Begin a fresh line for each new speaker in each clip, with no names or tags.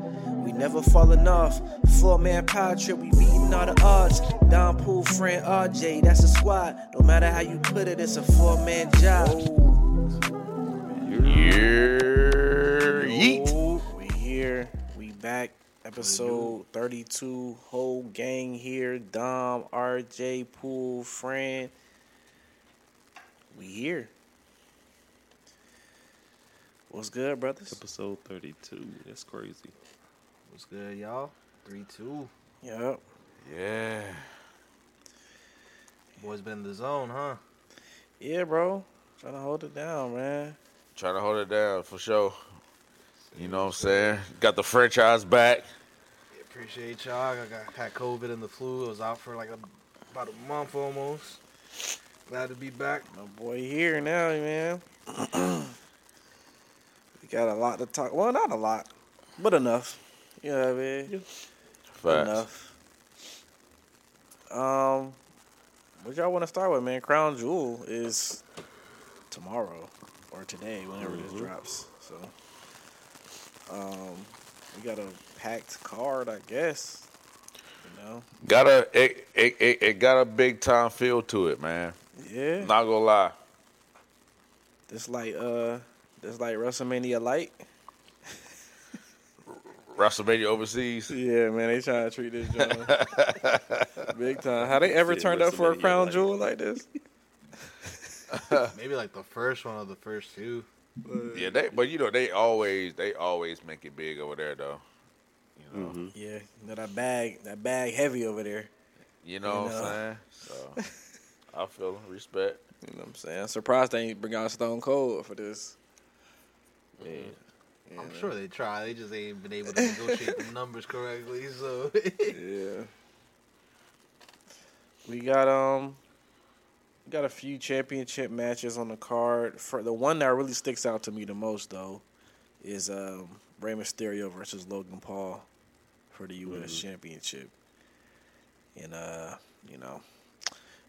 never falling off. Four man power trip, we beating all the odds. Don Pool, friend RJ, that's a squad. No matter how you put it, it's a four man job.
Year. Yeet.
Ooh, we here, we back. Episode 32, whole gang here. Dom, RJ, Pool, friend. We here. What's good, brothers?
Episode 32. That's crazy.
What's good, y'all? Three two.
Yep.
Yeah.
Boys been in the zone, huh?
Yeah, bro. Trying to hold it down, man.
Trying to hold it down for sure. You know what I'm saying? Got the franchise back.
Appreciate y'all. I got had COVID and the flu. I was out for like a, about a month almost. Glad to be back.
My boy here now, man. we got a lot to talk. Well, not a lot, but enough. You know what I mean?
Facts.
Enough. Um, what y'all want to start with, man? Crown Jewel is tomorrow or today, whenever this drops. So, um, we got a packed card, I guess. You know?
Got a it, it, it, it got a big time feel to it, man.
Yeah.
Not gonna lie.
This like uh, this like WrestleMania light.
WrestleMania overseas.
Yeah, man, they trying to treat this joint big time. How they ever
Yeah,
turned up for a
WrestleMania
crown
light.
jewel like this?
Uh. Maybe like the first one or the first two.
Yeah, they but you know they always they always make it big over there though. You
Mm.
know,
Mhm.
Yeah, you know, that bag, that bag heavy over there.
you know what
You know.
I'm saying? So I feel 'em. respect.
You know what I'm saying? I'm surprised they ain't bring out Stone Cold for this. Yeah,
I'm
man.
sure they try. They just ain't been able to negotiate the numbers correctly. So
Yeah. We got um, we got a few championship matches on the card. For the one that really sticks out to me the most though, is um Rey Mysterio versus Logan Paul for the U.S.
Mm-hmm.
Championship. And uh, you know,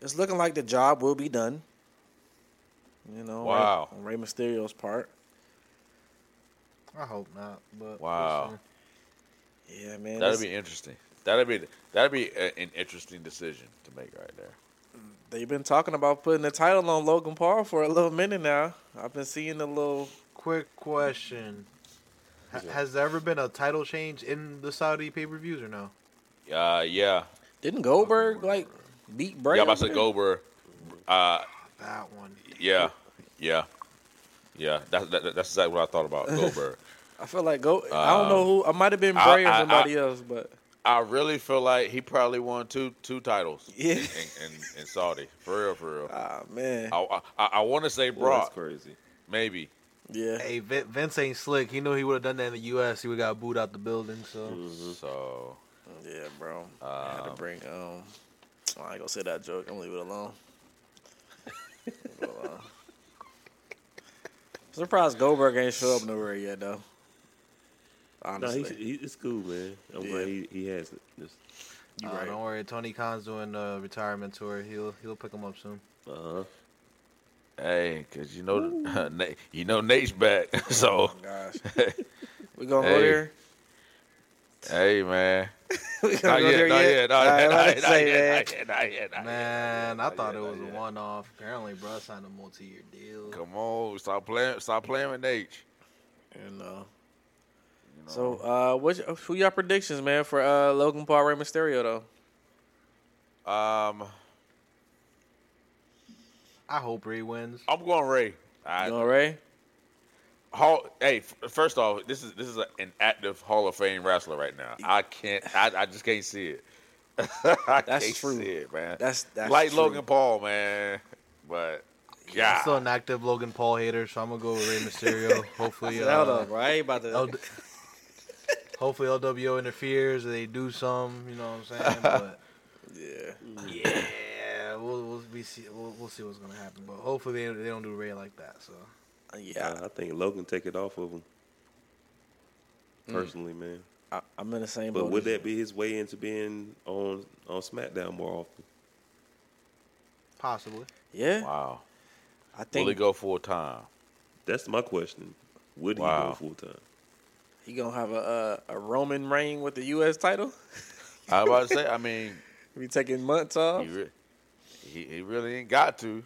it's looking like the job will be done. You know,
Wow.
on Rey Mysterio's part.
I hope not. But
Wow.
Yeah, man.
That'd
it's-
be interesting. That'd be that'd be a, an interesting decision to make right there.
They've been talking about putting the title on Logan Paul for a little minute now. I've been seeing the little
Quick question: H- Has there ever been a title change in the Saudi pay per views or no?
Uh, yeah.
Didn't Goldberg like beat Bray?
yeah, I'm about to
over
say
there?
Goldberg. Uh,
That one.
yeah, yeah, yeah. That's that, that's exactly what I thought about Goldberg.
I feel like go. I don't know who. I might have been
Um, I-
Bray or
I- I-
somebody else, but
I really feel like he probably won two two titles.
Yeah.
In, in, in Saudi, for real, for real.
ah man,
I I, I want to say
Well,
Brock,
that's crazy.
maybe.
yeah.
Hey, Vin- Vince ain't slick. He knew he would have done that in the U.S. He would got booed out the building. So.
So
Yeah, bro. I had to
Um,
bring. Um, I ain't gonna say that joke. I'm gonna leave it alone. Leave it alone. Surprised Goldberg ain't show up nowhere yet though.
No,
Honestly,
he's, he, it's cool, man. I'm
Yeah.
glad he, he has it. Just,
you
Uh,
right.
Don't worry, Tony Khan's doing the retirement tour. He'll he'll pick him up soon.
uh-huh.
hey, cause you know Nate, you know Nate's back. so
Oh, Gosh, we gonna go
Hey.
there.
hey, man.
we gonna
Not
go there
yet, not
yet.
yet,
All right, I'm
not
about
yet,
to
not
say, man.
yet, not yet, not yet,
Ah,
not yet,
Man, I
not
thought
yet,
it
not
was a
yet.
one off. Apparently, bruh signed a multi year deal.
Come on, stop playing, stop playing with Nate.
You know.
You know?
So, uh, what? Who your predictions, man, for uh, Logan Paul, Rey Mysterio, though?
Um,
I hope Ray wins.
Oh,
I'm going Ray. I,
You know, Ray.
Hall, hey, f- first off, this is this is a, an active Hall of Fame wrestler right now. I can't, I, I just can't see it. I
That's
can't
true.
see it, man.
That's that's
like
true.
Logan Paul, man. But
I'm
yeah,
still an active Logan Paul hater, so I'm gonna go with Ray Mysterio. hopefully,
Yeah, Hold
uh,
up, bro. I ain't about to.
Oh,
L- hopefully LWO interferes or they do some. You know what I'm saying? But
yeah,
Mm.
yeah, we'll we'll be see we'll, we'll see what's gonna happen. But hopefully they, they don't do Ray like that. So
yeah.
I, I think Logan take it off of him. Personally, man.
I, I'm in the same.
But
boat
would
as
that be his way into being on on SmackDown more often?
possibly.
you. Yeah,
wow.
I
Will he
think
go full time?
That's my question. Would
Wow.
he go full time?
He gonna have a a, a Roman reign with the U.S. title.
I was about to say. I mean,
We taking months off.
he, re- he he really ain't got to.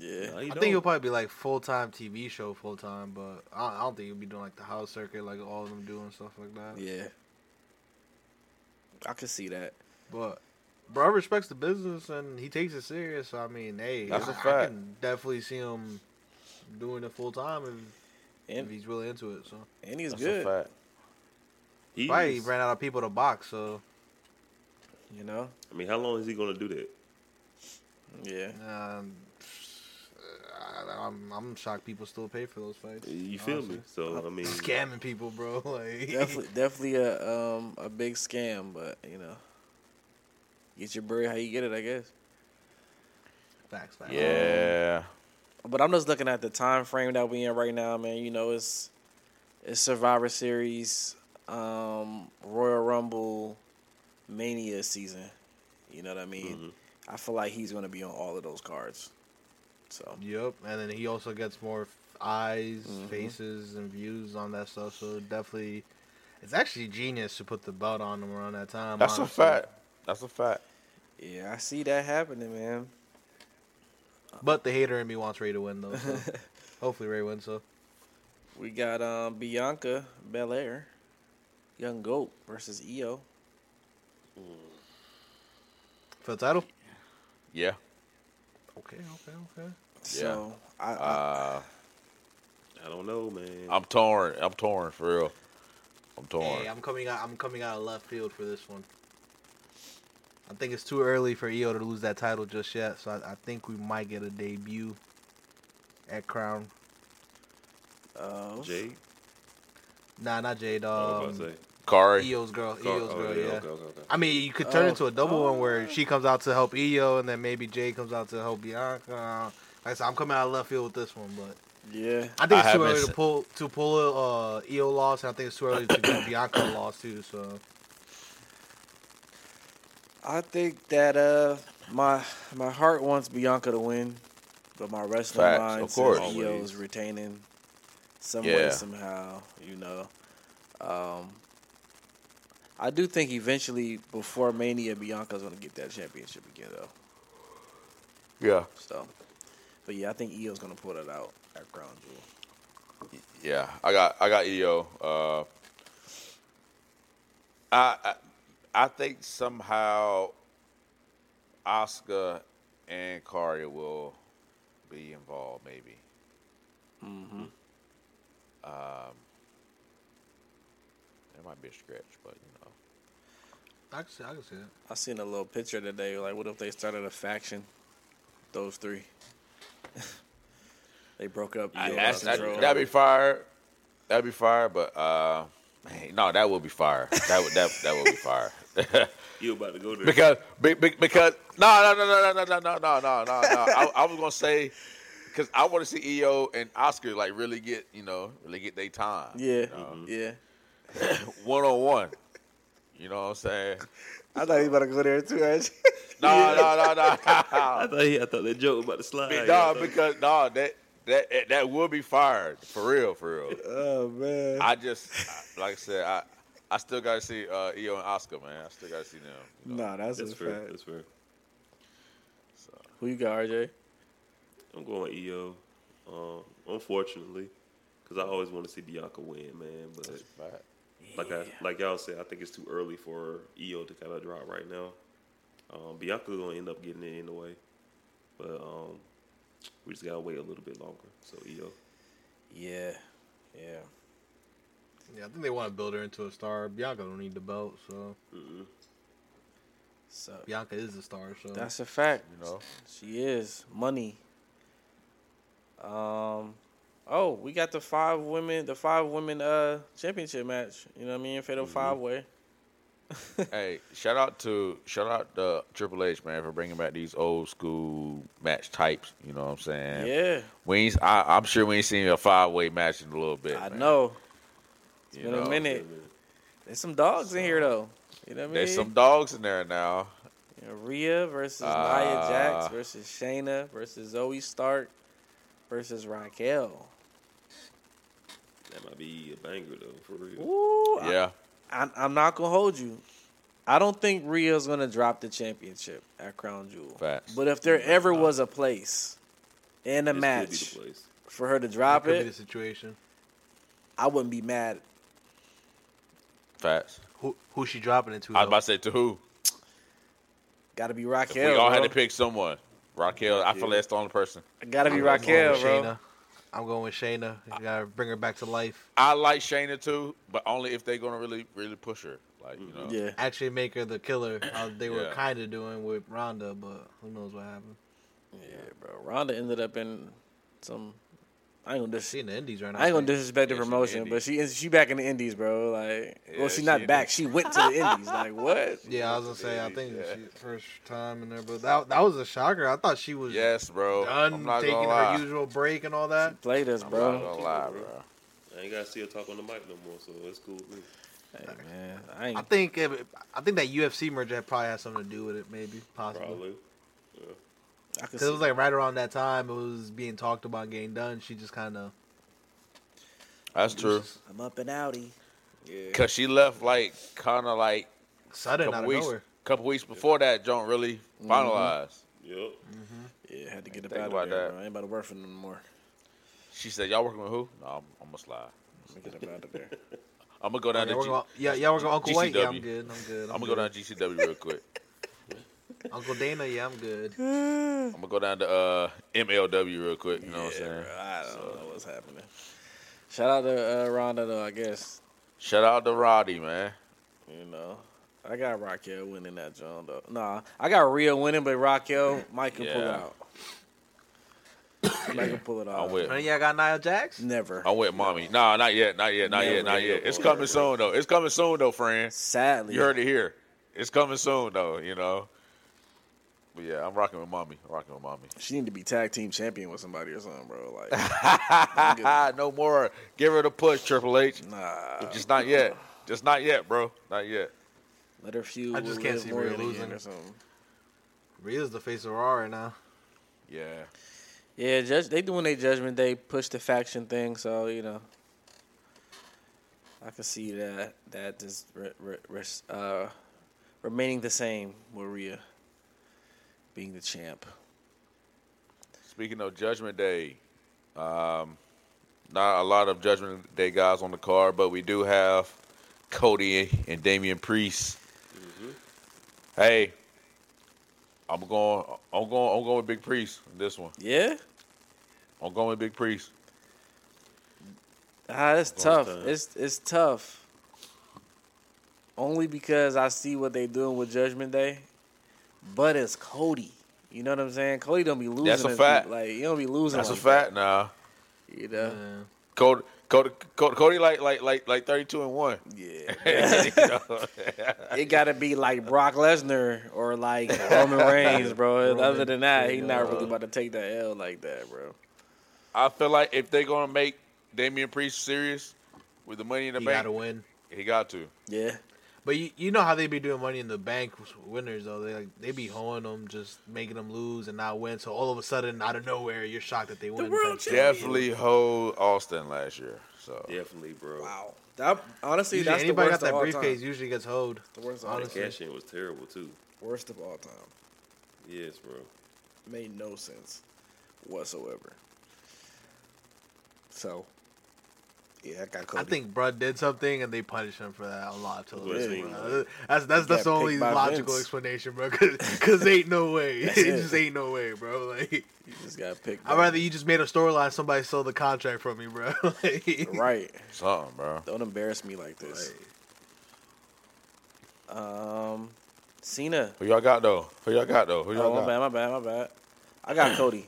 Yeah,
Nah,
I
he
think he'll
don't.
probably be like full time TV show, full time, but I don't, I don't think he'll be doing like the house circuit, like all of them doing stuff like that.
yeah. I can see that.
But bro respects the business and he takes it serious. So I mean, hey,
That's a
I- I
fact.
can definitely see him doing it full time if, if
And
he's really into it. So
and he's
That's
good.
a fact.
He
probably
is-
ran out of people to box. So
You know.
I mean, how long is he gonna do that?
Yeah.
um, I, am I'm shocked people still pay for those fights.
You feel me?
honestly.
So I mean,
Scamming people, bro. Like
definitely, definitely a um a big scam, but you know, get your bird how you get it, I guess.
facts,
Oh.
facts.
Yeah.
But I'm just looking at the time frame that we in right now, man. You know, it's it's Survivor Series, um, Royal Rumble, Mania season. You know what I mean?
Mhm.
I feel like he's gonna be on all of those cards. So
Yep, and then he also gets more f- eyes,
Mm-hmm.
Mhm.
faces, and views on that stuff. So definitely, it's actually genius to put the belt on him around that time.
That's a
honestly.
fact. That's a fact.
yeah, I see that happening, man.
But the hater in me wants Ray to win though. So hopefully Ray wins. So
We got um Bianca Belair, Young Goat versus E Io.
for the title.
Yeah.
Okay, okay, okay.
So I, I
Uh,
I don't know, man.
I'm torn. I'm torn for real. I'm torn.
Hey, I'm coming out. I'm coming out of left field for this one. I think it's too early for Io to lose that title just yet. So I, I think we might get a debut at Crown.
of-
Jake.
Nah, not Jade.
I was
Um,
about to say.
Kari.
Io's girl.
Oh,
Io's
oh,
girl.
yeah,
Yeah.
Okay, okay, okay.
I mean, you could turn
Oh.
it into a double
Oh,
one where she comes out to help Io, and then maybe Jay comes out to help Bianca. Like I said, I'm coming out of left field with this one, but
Yeah.
I think
I
it's too
haven't
early to
se-
pull to pull a uh, Io loss, and I think it's too early to do Bianca a loss too. So
I think that uh my my heart wants Bianca to win, but my wrestling
Facts,
mind
of course.
says Io
Always.
is retaining some
Yeah.
way somehow, you know. Um I do think eventually before Mania Bianca's gonna get that championship again though.
Yeah.
So but yeah, I think Io's gonna pull that out at Crown Jewel.
Yeah. I got. I got EO. Uh, I, I I think somehow Oscar and Kari will be involved. Maybe.
Mm-hmm.
Um, it might be a stretch, but you know.
I can see, I can see it.
I seen a little picture today, like what if they started a faction? Those three. they broke up. E
I,
Io lost
that's, that,
control.
that'd be fire. That'd be fire. But uh, man, no, that would be fire. That would that that would be fire.
You about to go there?
because be, be- because no no no no no no no no no no no. I, I was gonna say because I want to see EO and Oscar like really get you know really get their time.
Yeah,
Um,
Mhm.
yeah.
one on one. You know what I'm saying?
I thought he was about to go there too, actually.
No no no
I
no.
thought he, I thought that joke was about to slide.
Be-
Yeah, I
No
thought-
because no that that that would be fired for real for real.
oh man.
I just, I- like I said, I, I still gotta see uh, Io and Oscar, man. I still gotta see them. you know.
nah, that's,
that's
a
fair.
fact.
That's fair.
So,
Who you got, RJ?
I'm going EO. Um, unfortunately, because I always want to see Bianca win, man. But
that's a fact.
like I, like y'all said, I think it's too early for EO to kind of drop right now. Um, Bianca's gonna end up getting it anyway, but um, we just gotta wait a little bit longer. So E EO,
Yeah, yeah.
Yeah, I think they want to build her into a star. Bianca don't need the belt, so
mm
So
Bianca is the star. So
that's a fact.
You know,
She is money. Um, oh, we got the five women, the five women uh championship match. You know what I mean? Fatal
Mm-hmm.
five way.
hey, shout out to shout out to Triple H, man, for bringing back these old school match types. You know what I'm saying?
Yeah,
We, ain't, I, I'm sure we ain't seen a five way match in a little bit.
I
man.
know.
You
been a
know,
minute. There's some dogs in here though. You know what I mean?
There's some dogs in there now.
You know, Rhea versus
Ah.
Nia Jax versus Shayna versus Zoe Stark versus Raquel.
That might be a banger though, for real.
Ooh, I-
Yeah.
I, I'm not gonna hold you. I don't think Rhea's gonna drop the championship at Crown Jewel.
Facts.
But if there ever was a place in a
This could be
match
the place.
for her to
That
drop
could be the
it,
situation.
I wouldn't be mad.
Facts.
Who who she dropping it to?
I was
though?
about to say to who?
Got to be
If
Raquel.
we all had
bro.
to pick someone. Raquel, I feel like that's the only person.
Got to be
I'm going
Raquel,
with
bro.
Shayna. I'm going with Shayna. You gotta bring her back to life.
I like Shayna too, but only if they're gonna really, really push her. Like you know,
Yeah,
Actually, make her the killer. How they were
Yeah.
kind of doing with Ronda, but who knows what happened.
yeah, bro. Ronda ended up in some. I ain't gonna dis-
She in the Indies right now.
I ain't gonna
think.
disrespect the
Yeah, she in the
promotion, but
Indies.
she is she back in the Indies, bro. Like,
Yeah,
well, she
she
not
in
back.
the-
She went to the Indies. Like, what?
Yeah, I was gonna say. I think
Indies, yeah.
she first time in there, but that that was a shocker. I thought she was
yes, bro. I'm
done
not
taking
gonna
her
lie.
usual break and all that.
Play this,
I'm
bro.
not gonna lie, bro.
I ain't gotta see her talk on the mic no more, so it's cool. with me.
Hey, man, I ain't.
I think if, I think that UFC merger had probably had something to do with it, maybe possibly.
Probably.
I could
Because it was
see-
like right around that time it was being talked about getting done. She just kind of
That's true.
I'm up and outy.
Cause she left like kind of like a
sudden out
couple
of
weeks,
nowhere.
couple weeks before that. Don't really
Mm-hmm.
finalize.
Yep.
Yeah, had to get up
Think
out of
about
there.
that.
Bro. I ain't about to work for them no more.
She said, "Y'all working with who?" No, I'm, I'm gonna slide.
Let me get up out of there.
I'm gonna go
Oh,
Yeah,
down
we're
to. G-
going, yeah, yeah, we're going Uncle White. Yeah, I'm
GCW.
good. I'm good.
I'm gonna go down to GCW real quick.
down. Uncle Dana. Yeah, I'm good.
I'm gonna go down to uh, MLW real quick. You know what I'm
Yeah,
saying?
bro, I don't know what's happening. Shout out to uh, Ronda though. I guess
Shout out to Roddy, man.
you know. I got Raquel winning that John though. Nah, I got Rhea winning, but Raquel Mike can pull it
Yeah.
out. Mike can pull it out.
I'm with.
None of y'all got Nia Jax?
Never.
I'm with mommy. Nah, not yet, not yet, not
Never.
yet, not yet. It's coming soon though. It's coming soon though, friends.
Sadly,
You heard it here. It's coming soon though. You know. But yeah, I'm rocking with mommy. I'm rocking with mommy.
she need to be tag team champion with somebody or something, bro. Like,
no more. Give her the push, Triple H.
nah,
Just not yet. Just not yet, bro. Not yet.
let her feud.
I just
with
can't
Liv
see
Morgan
Rhea
again
losing.
or something.
Rhea's the face of Raw right now.
Yeah.
Yeah, judge, they doing their judgment. They push the faction thing, so you know, I can see that that is re, re, res- uh, remaining the same. Maria being the champ.
Speaking of Judgment Day, um, not a lot of Judgment Day guys on the card, but we do have Cody and Damian Priest. Mm-hmm. Hey, I'm going. I'm going. I'm going with Big Priest. in This one.
Yeah,
I'm going with Big Priest.
ah, it's tough.
time.
It's it's tough. Only because I see what they doing with Judgment Day, but it's Cody. You know what I'm saying? Cody don't be losing.
That's a
his-
fact.
Like you don't be losing.
That's a
like that,
fact. Now,
You know?
Yeah.
Cody, Cody, Cody, Cody like like like like 32 and one.
Yeah.
You know?
It gotta be like Brock Lesnar or like Roman Reigns, bro.
Roman,
Other than that, he not
yeah.
really about to take that L like that, bro.
I feel like if they're gonna make Damian Priest serious with the money in the
He
bank,
got to win.
he got to.
Yeah,
But you, you know how they be doing money in the bank winners though they like they be hoeing them just making them lose and not win so all of a sudden out of nowhere you're shocked that they win
world
type shit.
Definitely hold Austin last year. So
Definitely, bro.
wow. That honestly,
Usually,
that's the
anybody
worst
got that
of all
briefcase
time.
usually gets hoed
The worst, of all
The
time.
Honestly.
cash in was terrible too.
worst of all time.
Yes, bro.
Made no sense whatsoever. So, yeah, I got Cody.
I think Bud did something and they punished him for that a lot to
Yeah.
lose. bro. That's that's
got
that's the only
picked by
logical
Vince.
explanation, bro. Because ain't no way, it
That's it.
just ain't no way, bro. Like
you just got picked.
I'd
up.
rather you just made a storyline somebody stole the contract from me, bro. Like-
right.
something, bro.
Don't embarrass me like this.
Like,
Um, Cena.
Who y'all got though? Who y'all got though? Who y'all
Oh, my
got?
bad, my bad, my bad. I got Cody.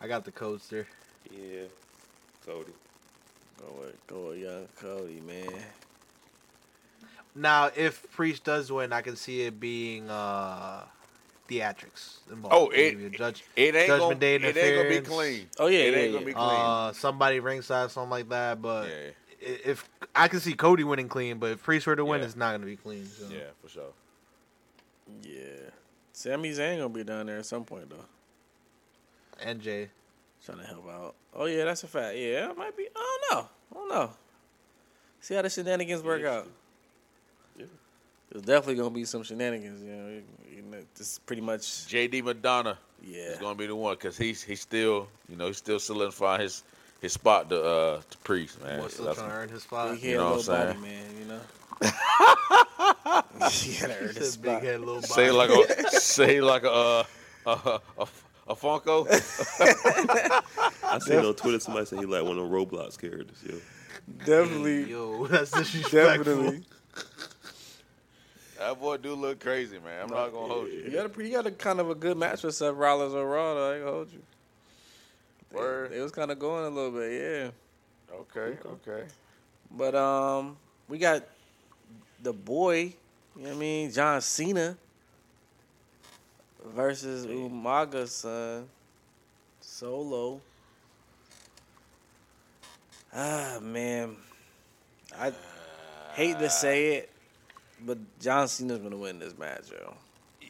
I got the coaster.
Yeah. Cody.
Go with, go with young Cody, man.
Now, if Priest does win, I can see it being uh theatrics involved.
Oh, it-
Maybe a judge,
It ain't
Judgment
gonna.
Day
it ain't gonna be
interference.
clean.
Oh, yeah,
It
yeah,
ain't gonna
yeah.
be clean.
uh, somebody ringside, something like that. But
yeah,
i- if I can see Cody winning clean, but if Priest were to win,
Yeah.
it's not going to be clean. So.
yeah, for sure.
Yeah. Sami Zayn gonna be down there at some point though.
NJ,
Trying to help out. Oh yeah, that's a fact. Yeah, it might be. I don't know. I don't know. See how the shenanigans work out.
Yeah.
There's definitely gonna be some shenanigans. You know, you know this is pretty much.
JD Madonna
Yeah.
is going to be the one because he's he's still you know he's still solidifying his his spot to uh to Priest man.
Boy's still
That's-
trying to earn his spot.
Big
You
head,
know what
little
I'm
body, man. You know. you gotta earn
He
this
said big
spot.
head, little body.
say it like a say it like a uh, a, a, a Funko.
I seen on Twitter somebody said he like one of the Roblox characters. Yo.
Definitely,
Yo, that's disrespectful.
definitely.
that boy do look crazy man. I'm not gonna hold
You
you.
got a you got a kind of a good match with Seth Rollins or Raw. though, I ain't gonna hold you. They-
Word.
They, was kind of going a little bit, yeah.
Okay, okay.
But um, we got the boy. You know what I mean? John Cena versus Umaga son solo. Ah man, I hate to say it, but John Cena's gonna win this match, yo.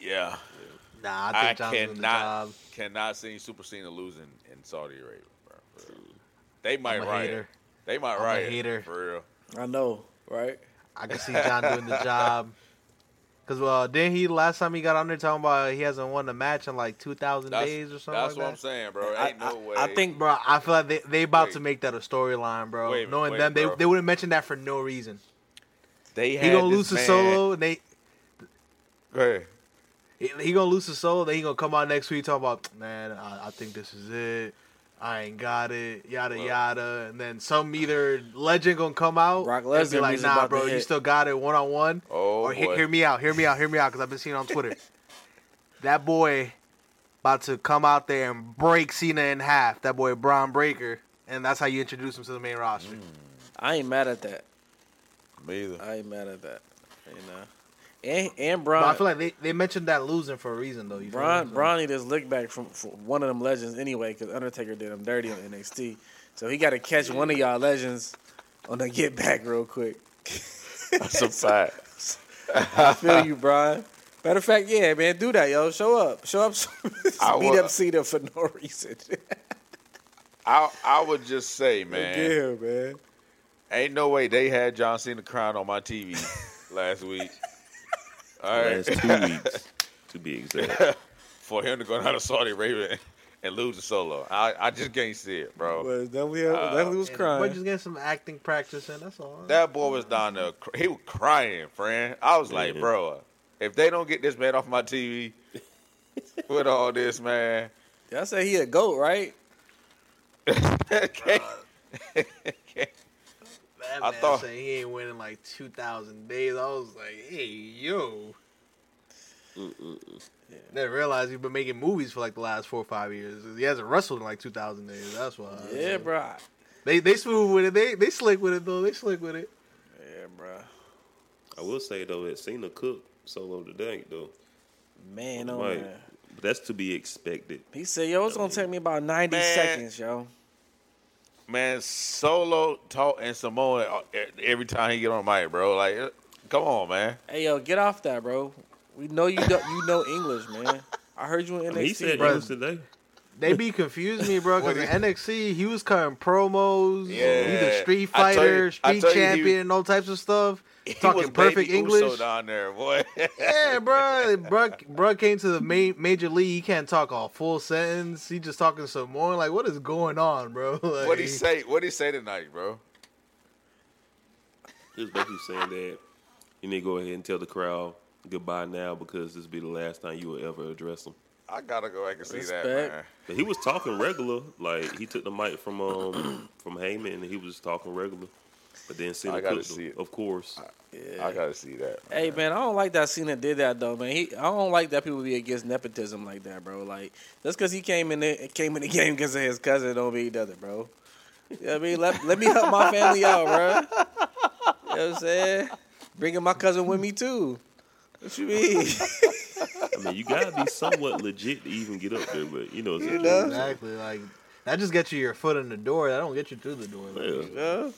Yeah,
Nah, I
I,
think John's doing the
cannot
job.
cannot see Super Cena losing in Saudi Arabia. Bro, for real. They might
I'm a
riot.
hater.
They might
I'm a
riot.
hater.
For real.
I know, right?
I can see John doing the job. Cause well, didn't he last time he got on there talking about he hasn't won a match in like two thousand
That's,
days or something
that's
like
what I'm
that?
saying, bro.
I-
Ain't no
I-
way.
I think
Bro, I feel like they they about
Wait.
to make that a storyline, bro.
Wait a minute,
Knowing
wait,
them, they
bro.
they would have mentioned that for no reason.
they
He
had
gonna
this
lose to
man-
solo, and they
Go ahead.
he he gonna lose to solo. Then he gonna come out next week talking about, man, I, I think this is it. I ain't got it, yada
Well-
yada. And then some either legend gonna come out
Brock
and be
Lesnar
like,
music about
nah,
to
bro, you
hit."
still got it one on one.
Oh
or he-
boy.
hear me out, hear me out, hear me out, because I've been seeing it on Twitter. that boy about to come out there and break Cena in half. That boy Braun Breaker, and that's how you introduce him to the main roster.
Mm.
I ain't mad at that.
Me either.
I ain't mad at that. You know, and and
But
Braun,
I feel like they, they mentioned that losing for a reason though. You feel uh,
Braun,
me? So-
Braun need his lick back from, from one of them legends anyway, because Undertaker did him dirty on NXT. So he got to catch one of y'all legends on the get back real quick.
That's a fact.
I feel you, Braun. Matter of fact, yeah, man, do that, yo. Show up, show up,
I
beat
will.
up Cena for no reason.
I I would just say, man,
yeah, man.
ain't no way they had John Cena crying on my TV last week. All right,
Last two weeks, to be exact.
for him to go down to Saudi Arabia and lose the solo, I, I just can't see it, bro. Uh,
But definitely, definitely was
and
crying.
But just get some acting practice in. That's all.
That boy was down there. cr- He was crying, friend. I was like,
Yeah.
bro, if they don't get this man off my TV with all this, man,
Y'all say he a goat, right?
can't-
That
I
man
thought-
said he ain't winning like two thousand days. I was like, hey yo. Didn't realize he's been making movies for like the last four or five years. He hasn't wrestled in like two thousand days. That's why.
Yeah, bro. I-
They they smooth with it. They they slick with it though. They slick with it.
Yeah, bro.
I will say though, it Cena cooked solo today though.
Man, oh
Like,
man.
but that's to be expected.
He said, "Yo, it's gonna take me about ninety
Man.
seconds, yo."
man, solo talk and Samoan uh, every time he get on mic, bro. Like, uh, come on, man.
Hey, yo, get off that, bro. We know you. Do- you know English, man. I heard you in NXT.
I mean, he said
bro.
English today.
They be confusing me, bro. Because
What
in NXT, he was cutting promos. He's
Yeah.
a street
I tell you-
fighter,
I
street
tell you, he-
champion, all types of stuff.
He was
Talking perfect
Baby
English.
Uso down there, boy.
Yeah, bro. bro. Bro came to the main, major league. He can't talk a full sentence. He just talking some more. Like, what is going on, bro? Like,
what he say? What he say tonight, bro?
He was basically saying that you need to go ahead and tell the crowd goodbye now because this will be the last time you will ever address them.
I gotta go back and see that,
Respect.
man.
But he was talking regular. Like he took the mic from um from Heyman and he was talking regular. But then
I
Cena
gotta
cooked
see
him,
it.
of course.
I gotta see that.
Hey man, I don't like that Cena did that though, man. He, I don't like that people be against nepotism like that, bro. Like just because he came in the, came in the game because of his cousin, don't mean nothing, bro. You know what I mean, let, let me help my family out, bro. You know what I'm saying? Bringing my cousin with me too. What you mean?
I mean, you gotta be somewhat legit to even get up there. But you know, it's a
know?
joke.
Exactly. Like, that just gets you your foot in the door. That don't get you through the door. Like,
Yeah.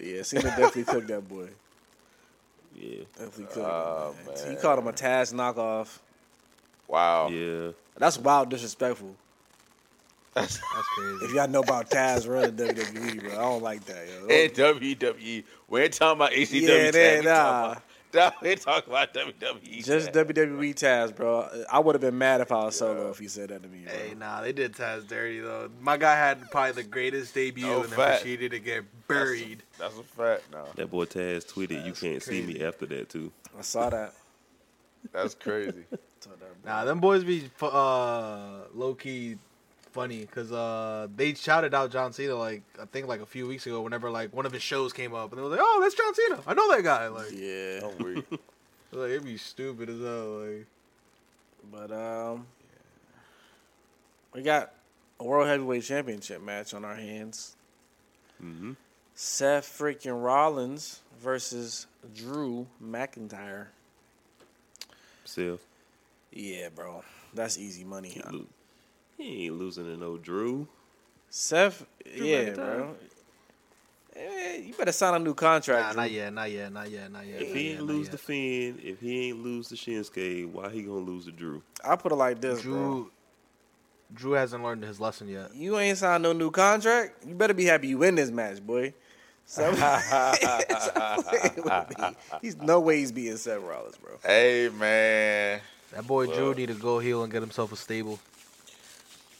yeah. yeah, Cena definitely took that boy.
yeah,
Definitely cooked
Oh,
him, man.
man.
He called him a Taz knockoff.
Wow.
yeah.
That's wild disrespectful.
That's
That's
If
crazy.
y'all know about Taz running WWE, bro, I don't like that. Yo.
and WWE. We ain't talking about ECW.
Yeah,
tag.
they-
we
nah.
talking about, we talking about WWE.
Just
tag.
WWE Taz, bro. I would have been mad if I was solo if he said that to me, bro.
Hey, nah, they did Taz dirty though. My guy had probably the greatest debut
No
and then
fact.
proceeded to get
That's a-
buried.
That's a, fact. Nah,
That boy Taz tweeted, "You
That's
can't see me
crazy.
after that too."
I saw that.
that's crazy.
Saw that, bro.
Nah, them boys be fu- uh, low key funny because uh, they shouted out John Cena like I think like a few weeks ago. Whenever like one of his shows came up, and they was like, "Oh, that's John Cena. I know that guy." Like,
Yeah.
I'm weak.
like it'd be stupid as hell. Like,
But um, we got a world heavyweight championship match on our hands.
Mm-hmm.
Seth freaking Rollins versus Drew McIntyre.
Still,
Yeah, bro, that's easy money.
he, lo- he ain't losing to no Drew.
Seth,
Drew
yeah,
McIntyre.
bro. Eh, you better sign a new contract.
nah,
Drew.
not yet, not yet, not yet, not yet.
If
not
he
yet,
ain't
not
lose
yet.
to Finn, if he ain't lose to Shinsuke, why he gonna lose to Drew?
I put it like this, bro.
Drew, Drew hasn't learned his lesson yet.
You ain't signed no new contract. You better be happy you win this match, boy. Stop- Stop playing with me. He's no way he's being Seth Rollins, bro.
hey man,
That boy Drew
Look.
need to go heel and get himself a stable.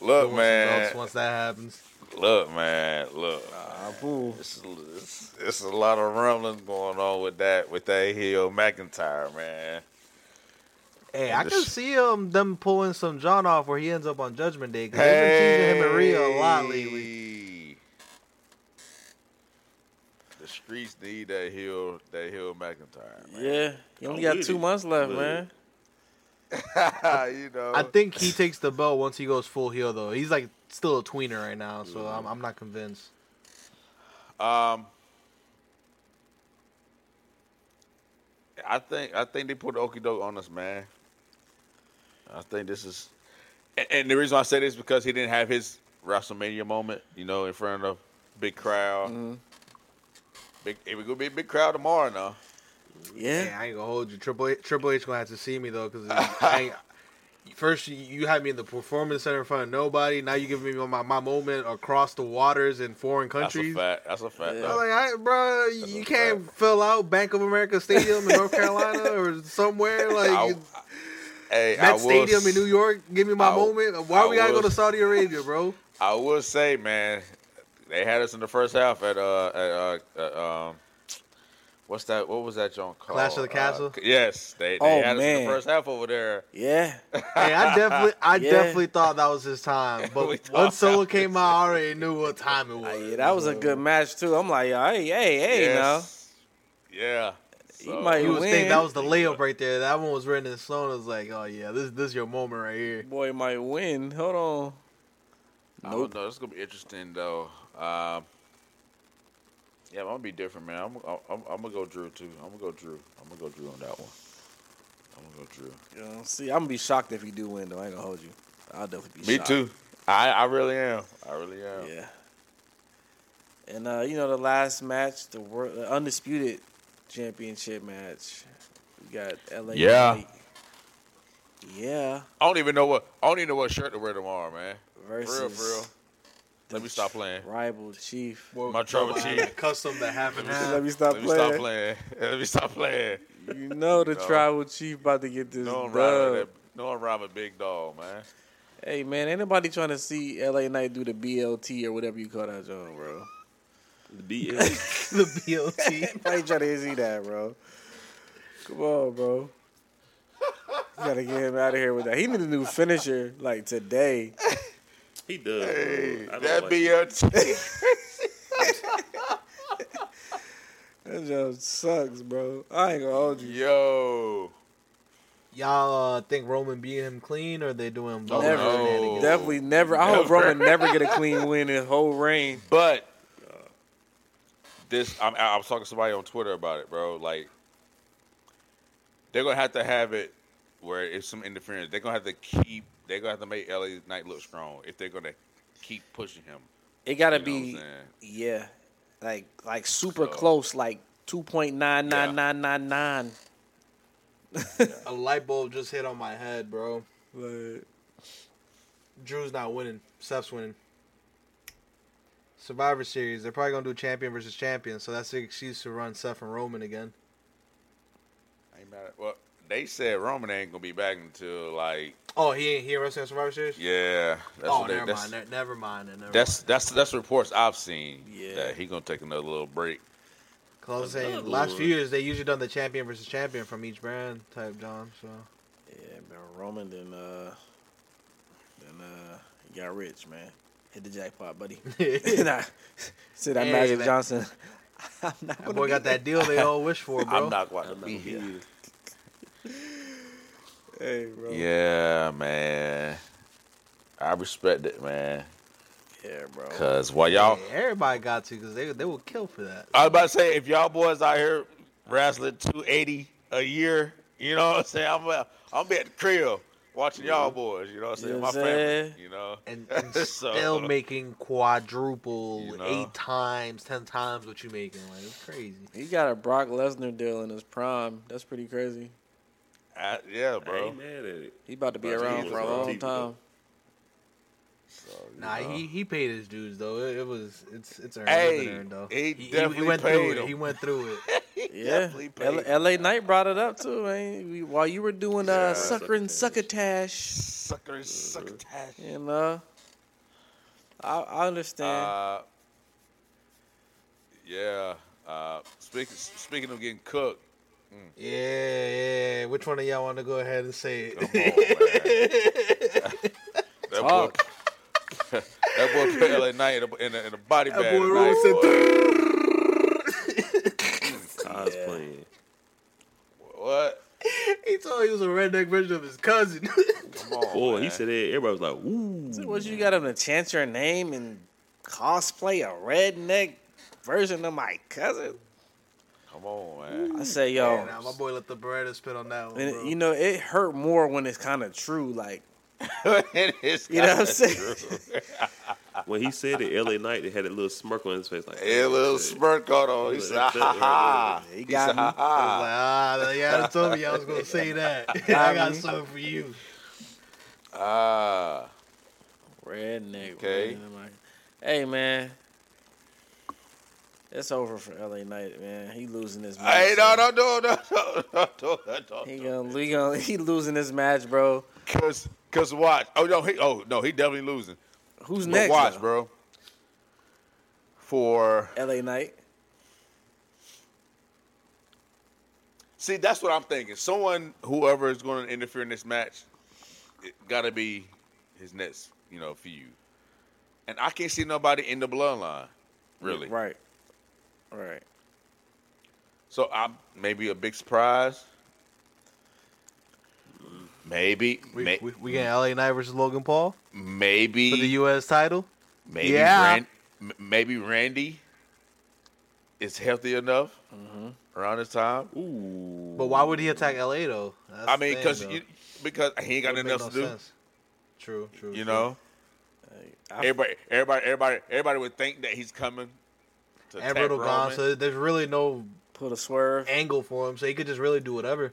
look
Once-
man,
Once that happens,
look man, look.
Ah, fool.
It's, it's, it's a lot of rumblings going on with that with that Hill McIntyre man.
Hey, I
And
can
just-
see um them pulling some John off where he ends up on Judgment Day. Cause they've been teasing him and Rhea a lot lately.
Hey. The streets need that Hill that Hill McIntyre man.
Yeah, you only
I'm
got
with
two
it.
months left,
With
man.
you know.
I think he takes the belt once he goes full heel though. He's like still a tweener right now, so I'm, I'm not convinced.
um I think I think they put the okie doke on us, man. I think this is and, and the reason I say this is because he didn't have his WrestleMania moment, you know, in front of big crowd.
Mm-hmm.
Big it would be a big crowd tomorrow now.
Hey,
Yeah,
I ain't gonna hold you. Triple H, Triple H gonna have to see me though, cause I ain't- first you- you had me in the performance center in front of nobody. Now you giving me my, my moment across the waters in foreign
That's a
countries.
fact. That's a fact.
Yeah.
I'm
though.
like, I, bro,
That's
you
a
can't fill out Bank of America Stadium in North Carolina or somewhere like.
I- hey, I
Met
will
Stadium in
s-
New York. Give me my
I-
moment. Why
I
we gotta go
will-
to Saudi Arabia, bro?
I will say, man, they had us in the first half at uh, at, uh, at um, what's that? What was that John called?
Clash of the
Uh,
Castle?
yes, they, they
Oh,
had us in
man.
the first half over there.
yeah.
hey, I definitely, I
Yeah.
definitely thought that was his time.
We
But
thought
once Solo
that
came out, I already knew what time it was.
Ah, yeah, that was a good match too. I'm like, hey, hey, hey,
Yes. Yeah. So,
might-
You would think
Win.
that was the layup right there. That one was written in stone. It was like, oh yeah, this this your moment right here.
now, boy might win. Hold on.
I don't know. It's gonna be interesting though. Um, yeah, I'm gonna be different, man. I'm, I'm, I'm gonna go Drew too. I'm gonna go Drew. I'm gonna go Drew on that one. I'm gonna go Drew.
You know, see, I'm gonna be shocked if you do win, though. I ain't gonna hold you. I'll definitely be.
Me
shocked.
too. I, I really am. I really am.
Yeah. And uh, you know the last match, the wor- the undisputed championship match. We got LA.
Yeah.
Knight. Yeah.
I don't even know what I don't even know what shirt to wear tomorrow, man.
Versus.
for real. Let me stop playing.
Rival Chief.
My trouble chief.
Custom that happened.
Let me stop
Let me
playing.
stop playing. Let me stop playing.
You know the
No.
tribal chief about to get this
No one
dub.
robbing that. No one robbing big dog, man.
Hey man, ain't nobody trying to see LA Knight do the BLT or whatever you call that joint, bro.
The BL.
the BLT.
Nobody trying to see that, bro. Come on, bro. You gotta get him out of here with that. He need a new finisher like today.
he does. bro. I don't
that
like
be
it.
your.
That joint sucks, bro. I ain't gonna hold you.
Yo,
Y'all uh, think Roman beat him clean, or they doing both?
Never.
Oh, no.
Definitely never. I hope
Never.
Roman never get a clean win in his whole reign.
but this I'm, I was talking to somebody on Twitter about it, bro. Like they're gonna have to have it where it's some interference. They're gonna have to keep. They're gonna have to make LA Knight look strong if they're gonna keep pushing him.
It gotta
You know
be
what I'm saying?
yeah, like like super
So-
close, like two point nine nine nine nine nine.
A light bulb just hit on my head, bro.
Like,
Drew's not winning. Seth's winning. Survivor Series. They're probably gonna do champion versus champion, so that's the excuse to run Seth and Roman again.
I ain't mad at- Well, they said Roman ain't gonna be back until like
Oh, he ain't here wrestling at Survivor Series.
yeah. That's
oh,
what they,
never,
that's,
mind, ne- never mind. Never mind.
That's that's that's reports I've seen.
Yeah.
that he gonna take another little break.
Close saying
Another
last
one.
few years they usually done the champion versus champion from each brand type John. So
Yeah, man. Roman then uh then uh he got rich, man. Hit the jackpot, buddy. and I said I
Hey,
Magic
man.
Johnson. I'm not
that
gonna
boy
be
got
there.
that deal they all wish for, bro.
I'm not going
I'm
to
not
be here.
here.
Hey bro.
Yeah, man. I respect it, man.
Yeah, bro.
Cause while
Yeah,
y'all,
everybody got to because they they will kill for that.
I was about to say, if y'all boys out here wrestling 280 a year, you know what I'm saying? I'm uh, I'm at the crib watching y'all boys. You know what I'm saying?
You know
My
what I'm saying?
family. You know.
And, and
So-
still making quadruple,
You know.
eight times, ten times what you making. Like it's crazy.
He got a Brock Lesnar deal in his prime. That's pretty crazy.
I, yeah,
I
bro.
ain't mad at it.
He about to be
Bro,
around
Jesus,
for a
bro.
long
Jesus,
time.
bro.
So, you
Nah,
know.
he, he paid his dues though. It, it was it's it's earned, it
Hey,
been earned though.
he
he
definitely
went through
paid
it.
him.
He went through it.
He
Yeah,
definitely
L-
paid.
L.A. Knight brought it up too, man. We- While you were doing
Yeah.
uh, sucker and succotash,
Sucker, succotash.
you know, I, I understand.
Uh, yeah. Uh, speaking speaking of getting cooked,
Yeah, yeah. Which one of y'all want to go ahead and say
come on, man.
it?
that boy,
Talk.
that boy put LA Knight in a, in a, in a body
That
bag.
boy
tonight,
Rose said,
boy.
Cosplaying.
what?
he told he was a redneck version of his cousin.
Come on,
Boy, he
Oh, man.
said that. Everybody was like, ooh.
So what you got him to chant your name and cosplay a redneck version of my cousin?
Come on, man.
I say, yo,
nah, my boy let the Beretta spit on that one.
and,
bro.
you know, it hurt more when it's kind of true. Like,
It is
You know what I'm
kinda
saying?
true.
When he said it, L.A. Knight, they had a little smirk on his face. Like,
Yeah, a little smirk on him. He said, ha ha ha.
He
He
got
said,
me.
ha
I
ha.
was like, ah, you had told me I was gonna say that. I got something for you.
Ah.
redneck
Okay.
version of my. Hey, man. It's over for LA Knight, man. He losing this match.
Hey, no,
man.
no, no, no, no, no, no, no,
He
no.
gonna, he gonna he losing this match, bro.
Cause, cause watch. Oh no, he, oh no, he definitely losing.
Who's
But
next?
watch,
though?
bro. For
LA Knight.
see, that's what I'm thinking. Someone, whoever is going to interfere in this match, it gotta be his next, you know, feud. And I can't see nobody in the bloodline, really.
Right. Right.
So I'm maybe a big surprise. Maybe,
We,
may,
we, we getting LA Knight versus Logan Paul
maybe
for the U.S. title.
Maybe
Yeah.
Ran- m- maybe Randy is healthy enough
Mm-hmm.
around this time.
ooh.
But why would he attack LA though? That's
I
the
mean,
thing,
because
though.
because he ain't got
Wouldn't
nothing else
make no
to do.
sense. True, true.
You
true.
know,
I,
everybody, everybody, everybody, everybody would think that he's coming. To attack
Everett gone,
Roman,
so there's really no
put a swerve.
angle for him, so he could just really do whatever.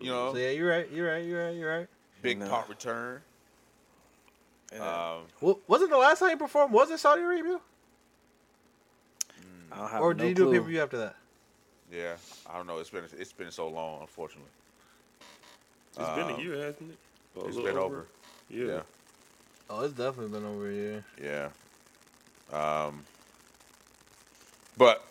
you know,
So yeah, you're right, you're right, you're right, you're right.
big
No.
pop return.
and, uh,
Um,
Well, wasn't the last time he performed? Was it Saudi Arabia,
I don't have
or
no
did he do
clue.
a pay per view after that?
yeah, I don't know. It's been it's been so long, unfortunately.
It's been
Um,
a year, hasn't it? Or a
It's
little
been over.
Yeah.
Yeah.
Oh, it's definitely been over a year.
Yeah. Um. But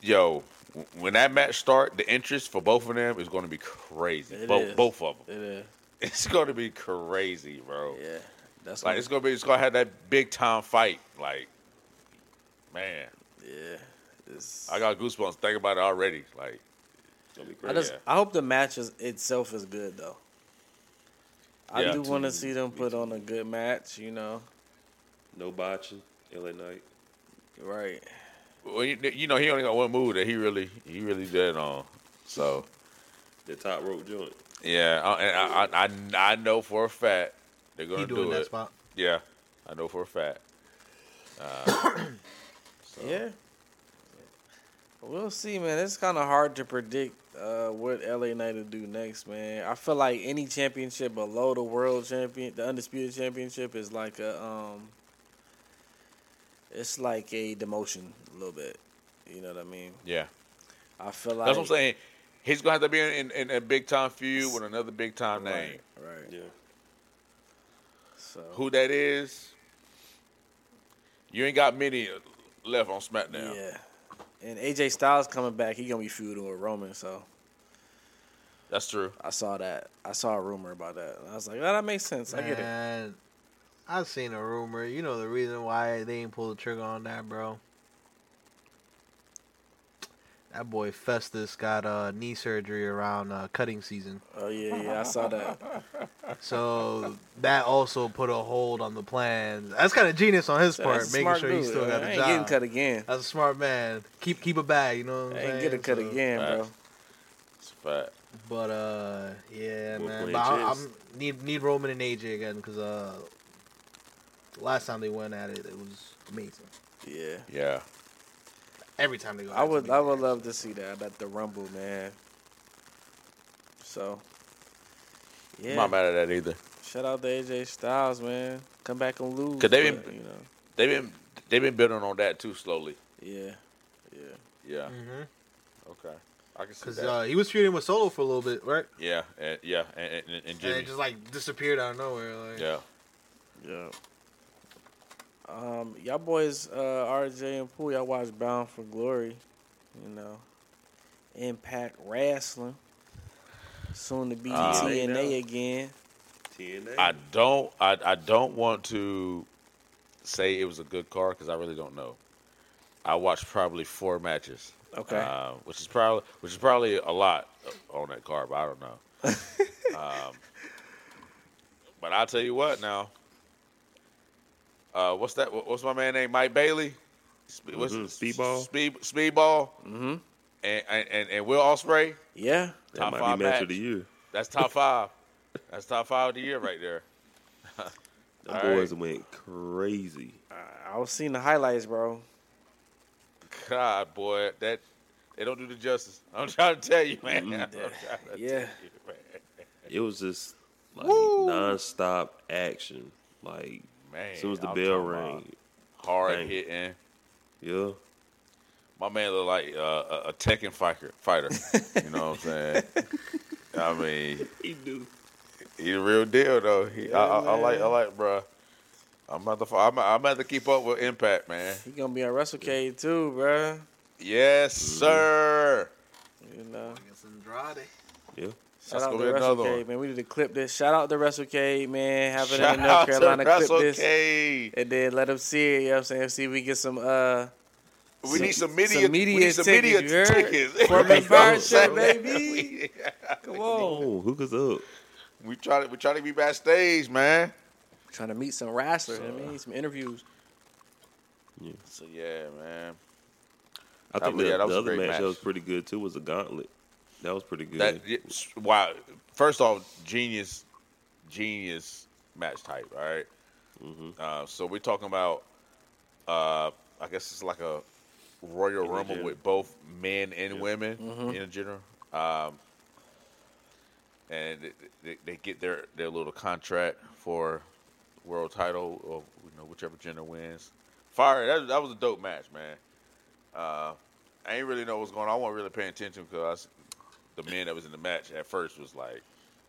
yo, w- when that match start, the interest for both of them is going to be crazy.
It is.
Both both of them.
It is.
It's going to be crazy, bro.
Yeah. That's
Like
what-
it's going to be. It's going to have that big time fight. Like, man,
Yeah. It's-
I got goosebumps thinking about it already. Like,
It's gonna be
I
crazy.
just
yeah.
I hope the match is, itself is good though. I
Yeah.
do
Me
want to
too.
see them
Me
put
too.
on a good match, you know.
No botching. L.A. Knight.
Right.
well, you, you know, he only got one move that he really he really did on. So
The top rope joint.
yeah, I, and I, I I know for a fact they're going
He
to
doing
do
that
it.
spot.
Yeah, I know for a fact. Uh,
Yeah. We'll see, man. It's kind of hard to predict uh, what LA Knight will do next, man. I feel like any championship below the world champion, the undisputed championship, is like a um, it's like a demotion a little bit. You know what I mean?
Yeah,
I feel like
that's what I'm saying. He's gonna have to be in, in, in a big time feud with another big time
Right,
name.
right.
Yeah.
So
Who that is? You ain't got many left on SmackDown.
yeah, and AJ Styles coming back, he gonna be feuding with Roman. So
That's true.
I saw that. I saw a rumor about that. And I was like, oh, that makes sense. I get it.
Man, I've seen a rumor. You know the reason why they ain't pull the trigger on that, bro. That boy Festus got uh, knee surgery around uh, cutting season,
Oh yeah, yeah, I saw that.
so that also put a hold on the plans. That's kind of genius on his
So
part,
that's a
making
smart
sure he
dude.
still
I
got the
ain't
job.
getting cut again.
That's a smart man. Keep keep a bag, you know. What
I
I'm
ain't
saying?
getting cut
So-
again, bro.
Facts. It's a fact.
But uh, yeah,
We'll
man.
play
But I,
chess.
I'm need need Roman and AJ again because uh, last time they went at it, it was amazing.
Yeah.
Yeah.
Every time they go,
I
at it,
would
it's
I would
amazing.
love to see that at the Rumble, man. So
I'm
yeah,
not mad at that either.
shout out to AJ Styles, man. Come back and lose.
'Cause they been-
but, you know,
They've been they've been building on that too slowly.
yeah, yeah.
Yeah.
Mhm.
Okay. I can see
'Cause,
that.
uh, he was feuding with Solo for a little bit, right?
yeah. And, yeah. And, and, and
And
Jimmy.
it just like disappeared out of nowhere. Like,
yeah.
Yeah. Um, y'all boys, uh, RJ and Pooh, y'all watch Bound for Glory, you know, Impact Wrestling, soon to be
Uh,
TNA again.
TNA.
I don't. I, I don't want to say it was a good card because I really don't know. I watched probably four matches.
Okay.
Uh, which is probably which is probably a lot uh, on that card, but I don't know. um, but I'll tell you what now. Uh, what's that? what- What's my man name? Mike Bailey. Spe- What's
Mhm, Speedball.
Speed Speedball.
Mhm.
And and and, and Will Ospreay.
yeah.
that
top
might
five
be match of
match.
the year.
That's top five. That's top five of the year right there.
Them
All
boys
right.
went crazy.
I, I was seeing the highlights, bro.
God, boy, that they don't do the justice. I'm trying to tell you, man. I'm trying to
Mm-hmm. Yeah.
tell you, man.
It was just like
Woo!
nonstop action. Like
man.
as soon as the
I'm
bell
talking about
rang,
hard
Dang.
hitting.
yeah.
My man look like uh, a, a Tekken fighter. Fighter, you know what I'm saying? I mean,
He do.
he the real deal though. He, I, I, I
Yeah,
like, I
man.
like, bruh. I'm about to, fo- I'm, I'm about to keep up with Impact, man.
He gonna be on WrestleCade too, bro.
Yes,
Mm-hmm.
sir.
You know.
Against Andrade.
Yeah.
Shout
That's
out to
gonna be another
WrestleCade,
one.
man. We need to clip this. Shout out to WrestleCade, man. Have it
Shout
in North
out to
Carolina. Clip
Russell
this.
Cade.
And then let them see it. You know what I'm saying? See if we get some uh
We need some media,
some
we
media
need some
tickets, you
media
heard?
tickets.
Corbin
Right.
Burn
So,
check, baby. Come on.
Oh, hook us up.
We try to we try to be backstage, man.
Trying to meet some wrestlers. I mean, some interviews.
So yeah, man.
I think
believe
the,
that was
the
a
other
great
match, that
match.
was pretty good too was a gauntlet. That was pretty good.
That it's- wow. First off, genius, genius match type. All right? Uh, so we're talking about. Uh, I guess it's like a Royal
In a
Rumble
gym.
with both men and
Yeah.
women in general. Um, and they, they, they get their, their little contract for world title or you know whichever gender wins. Fire! That, that was a dope match, man. Uh, I ain't really know what's going on. I wasn't really paying attention because the men that was in the match at first was like,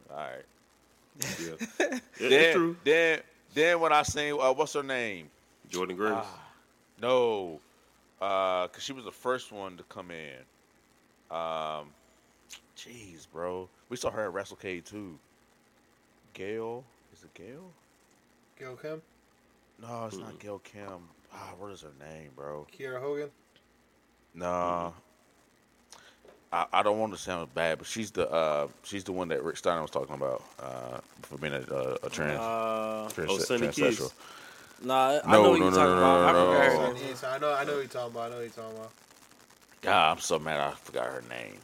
all right.
yeah.
Then,
It- it's true.
Then, then when I seen uh, what's her name?
Jordan Grace.
Ah. No, because she was the first one to come in. Um, jeez, bro, we saw her at WrestleCade too. Gail, is it Gail?
Gil Kim,
No, it's not
Mm.
Gail Kim. Ah, what is her name, bro?
Kiera Hogan.
Nah. I, I don't want to sound bad, but she's the uh, she's the one that Rick Steiner was talking about uh, for being a, a, a trans,
Uh
trans
Oh, Sonny Kiss.
transsexual.
nah, I
No,
know what
no,
you're
no,
talking
no,
about.
no,
I
no,
forgot
no.
her name.
So I know I know what you're talking about. I know what you're talking about.
God, I'm so mad I forgot her name.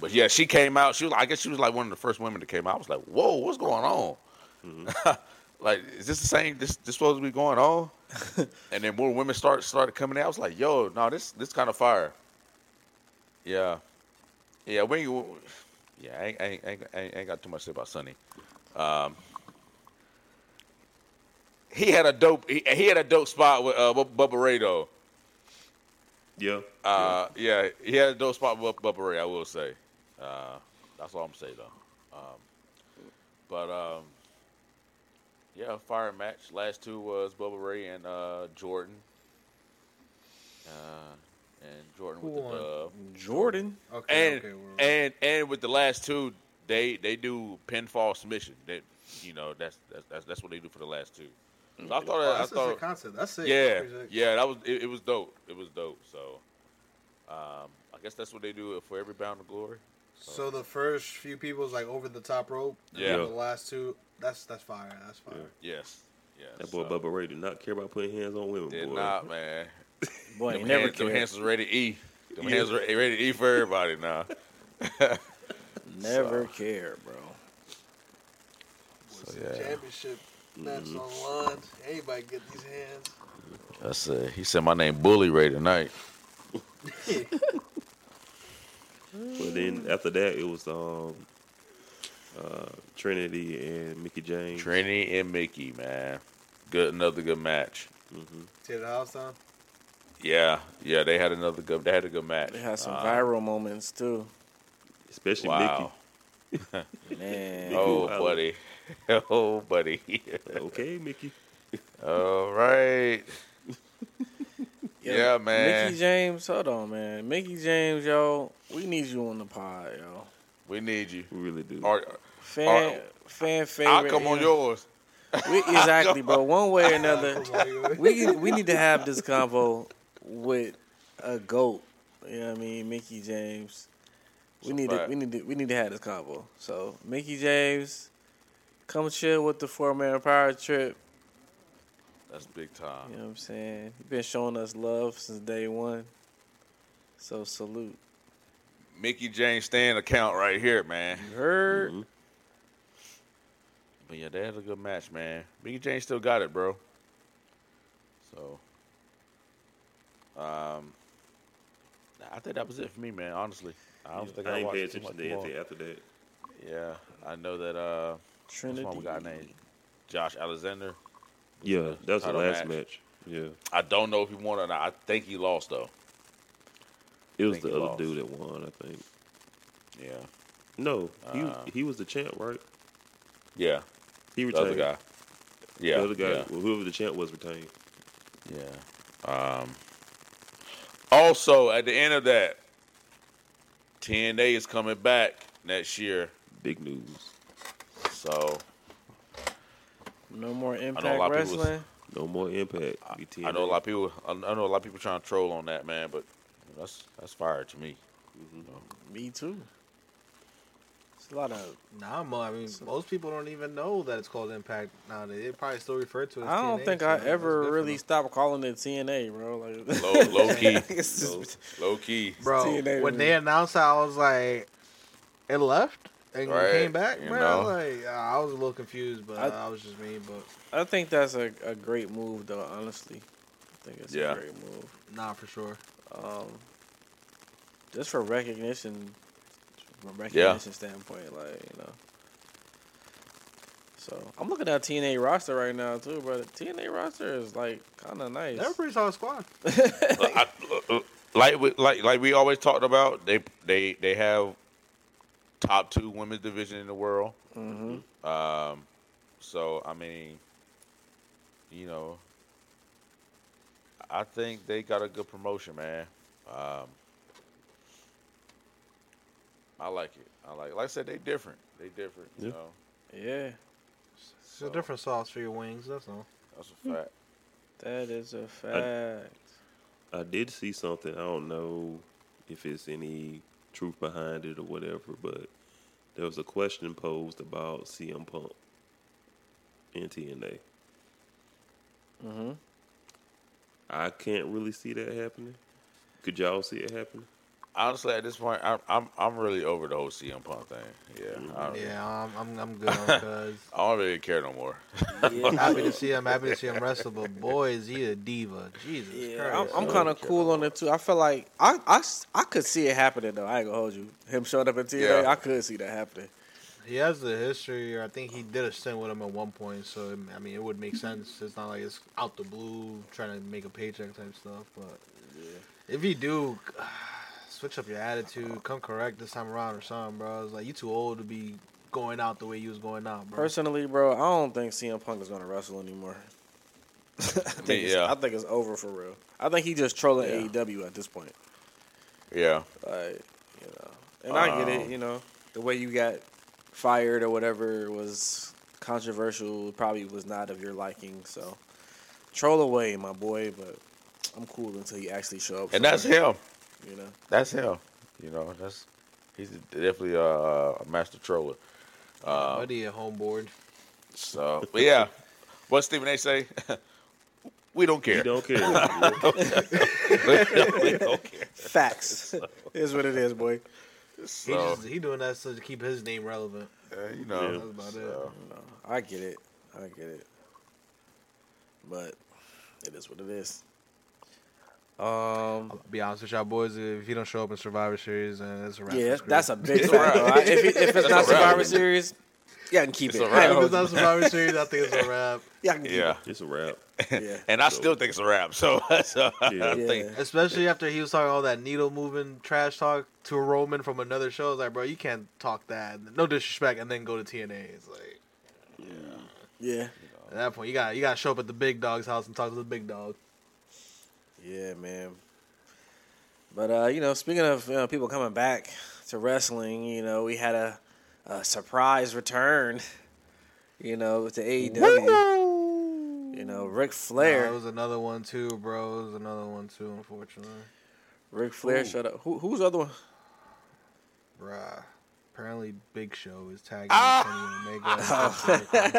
But yeah, she came out. She was, I guess, she was like one of the first women that came out. I was like, "Whoa, what's going on? like, is this the same? This this supposed to be going on?" and then more women start started coming out. I was like, "Yo, no, this this kind of fire." Yeah, yeah. When you, yeah, I ain't, I ain't, I ain't, I ain't got too much to say about Sunny. Um, he had a dope he, he had a dope spot with uh, Bu- Bubba Ray though.
Yeah.
Uh, yeah, he had a dope spot with Bubba Ray. I will say, uh, that's all I'm saying though. Um, but um, yeah, fire match. Last two was Bubba Ray and uh, Jordan. Uh, and Jordan with
Who
the
won?
dub.
Jordan.
Okay,
And
okay, we're-
and and with the last two, they they do pinfall submission. That you know that's that's that's, that's what they do for the last two. So I thought
Oh,
I
that's just a
thought
concept. That's it.
yeah,
Appreciate it.
yeah, that was it, it. Was dope. It was dope. So, um, I guess that's what they do uh, for every bound of glory.
So the first few people is like over the top rope. and
Yeah.
then The last two, that's that's fire. That's fire.
Yeah.
Yes, yes.
That boy
so,
Bubba Ray do not care about putting hands on women.
Did
boy.
not, man.
Boy, he
Them
never
hands, them
cared.
hands was ready to E. Them
Yeah.
hands were ready to E for everybody now.
Never cared, bro.
Boy,
So,
see
yeah.
the Championship match on line. Anybody get these hands?
That's it. He said my name Bully Ray tonight.
But then after that, it was um, uh, Trinity and Mickey James.
Trini and Mickey, man. Good, another good match.
hmm
Tear the house down.
Yeah, yeah. They had another good. They had a good match.
They had some
Uh,
viral moments too.
Especially
Wow.
Man,
Oh,
Mickey.
buddy. Oh, buddy.
Mickey. Okay, Mickey.
All right. Yeah, man.
Mickey James, hold on, man. Mickey James, yo, we need you on the pod, yo.
We need you.
We really do.
Or,
Fan, fan favorite.
Uh, I'll come on
yeah.
yours.
We, exactly, bro. One way or another,
Come on, you-
we can- we need to have this convo with a goat. You know what I mean, Mickey James. We
It's a
need to,
fact.
we need to, we need to have this convo. So Mickey James, come chill with the four man power trip.
That's big time.
You know what I'm saying? You've been showing us love since day one. So salute.
Mickey James stand account right here, man.
You heard?
Mhm.
Mm-hmm. But yeah, they had a good match, man. Mickey James still got it, bro. So, um, I think that was it for me, man. Honestly, I don't think
I
I,
ain't
watched
paying
too
attention to
much more.
anything after that.
Yeah, I know that. Uh, what's
Trinity.
my guy named Josh Alexander.
Yeah, that was the
Title
last
match.
match. Yeah,
I don't know if he won or not. I think he lost though.
it was
Think he
the other
lost.
dude that won. I think.
Yeah,
No, he
Uh,
he was the champ, right?
yeah,
He
the
retained.
other guy. Yeah,
the other guy,
yeah.
well, whoever the champ was, retained.
Yeah. Um, also, at the end of that, TNA is coming back next year,
Big news.
so
No more
a lot
Impact
of people was-
Wrestling.
No more impact. We
I know a
TNA.
lot of people. I I know a lot of people trying to troll on that man, but that's that's fire to me.
Me too. It's a lot of.
Nah, mo- I mean, most people don't even know that it's called Impact now. They they probably still refer to it. As
I don't
TNA,
think
so
I
that's good
ever
for
really
them.
stopped calling it TNA, bro. Like
Low, low key,
it's just,
low key.
Bro,
TNA
when
to me.
they announced that, I was like, it left and
Right,
came back.
you
Bro,
know.
like I was a little confused, but
I-
I, was just me. But
I think that's a, a great move, though. Honestly, I think it's
Yeah.
a great move.
nah, for sure.
Um, just for recognition, from a recognition standpoint, like you know. So I'm looking at TNA roster right now too, but TNA roster is like kind of nice.
They're a pretty solid squad.
I- like we, like like we always talked about, they they they have top two women's division in the world.
hmm
Um, so I mean, you know, I think they got a good promotion, man. Um, I like it. I like. Like I said, they different. They different. You
Yeah.
know,
Yeah,
It's
So-
a different Hmm. sauce for your wings. That's all.
that's a fact.
that is
Uh,
a fact.
I did see something. I don't know if it's any truth behind it or whatever, but there was a question posed about CM Punk and TNA.
hmm
mm-hmm.
I can't really see that happening. Could y'all see it happening?
Honestly, at this point, I'm I'm I'm really over the whole CM Punk thing. Oh, Yeah. I don't,
Yeah, I'm I'm, I'm good because
I don't really care no more.
I'm happy to see him. Happy to see him wrestle, but boy, is he a diva. Jesus
Yeah, I'm,
Christ.
I'm kind of cool on it too. I feel like I, I s- I could see it happening though. I ain't gonna hold you. Him showing up in TNA,
Yeah.
I could see that happening.
he has the history, or I think he did a stint with him at one point. So I mean, it would make sense. It's not like it's out the blue trying to make a paycheck type stuff. But if you do, switch up your attitude, come correct this time around or something, bro. It's like you too old to be going out the way you was going out, bro.
Personally, bro, I don't think CM Punk is gonna wrestle anymore. I think it's,
yeah.
I think it's over for real. I think he just trolling
Yeah.
AEW at this point.
Yeah.
Like, you know, and I get it.
Um,
You know, the way you got fired or whatever was controversial. Probably was not of your liking. So troll away, my boy. But I'm cool until you actually show up.
And that's
somewhere,
him.
You know,
That's him. You know, that's he's definitely uh, a master troller. Uh,
Buddy at home board.
so but yeah. What Stephen A say? we don't care.
You don't care. Yeah.
we don't care.
facts is what it is, boy.
He
So
just, he doing that so to keep his name relevant.
uh, you know
Yeah.
That's about
so,
No, I get it. I get it. But it is what it is. Um.
Um,
I'll be honest with y'all boys, if he don't show up in Survivor Series, and it's a wrap. for
Yeah,
Screw.
that's a big
It's a
wrap.
wrap.
bro. I- If, it- if
It's
it's
a
not
wrap.
Survivor Series, yeah, I can keep
It's
it.
a
I ain't
wrap.
if
holding
it's not Survivor Series, I think it's a wrap.
Yeah, I can keep
yeah.
It's a wrap.
it. Yeah.
And I still think it's a wrap. So, so I
Yeah.
think
Yeah.
Especially after he was talking all that needle moving trash talk to Roman from another show. It's like, bro, you can't talk that. No disrespect, and then go to TNA. It's like
Yeah.
at that point, you got you got to show up at the big dog's house and talk to the big dog.
Yeah, man. But uh, you know, speaking of you know, people coming back to wrestling, you know, we had a, a surprise return. You know, to AEW. E You know, Ric Flair.
Nah, it was another one too, bro. It was another one too, unfortunately.
Ric Flair, shut up. Who, who's the other one?
Bruh. Apparently, Big Show is tagging
Ah!
Kenny Omega.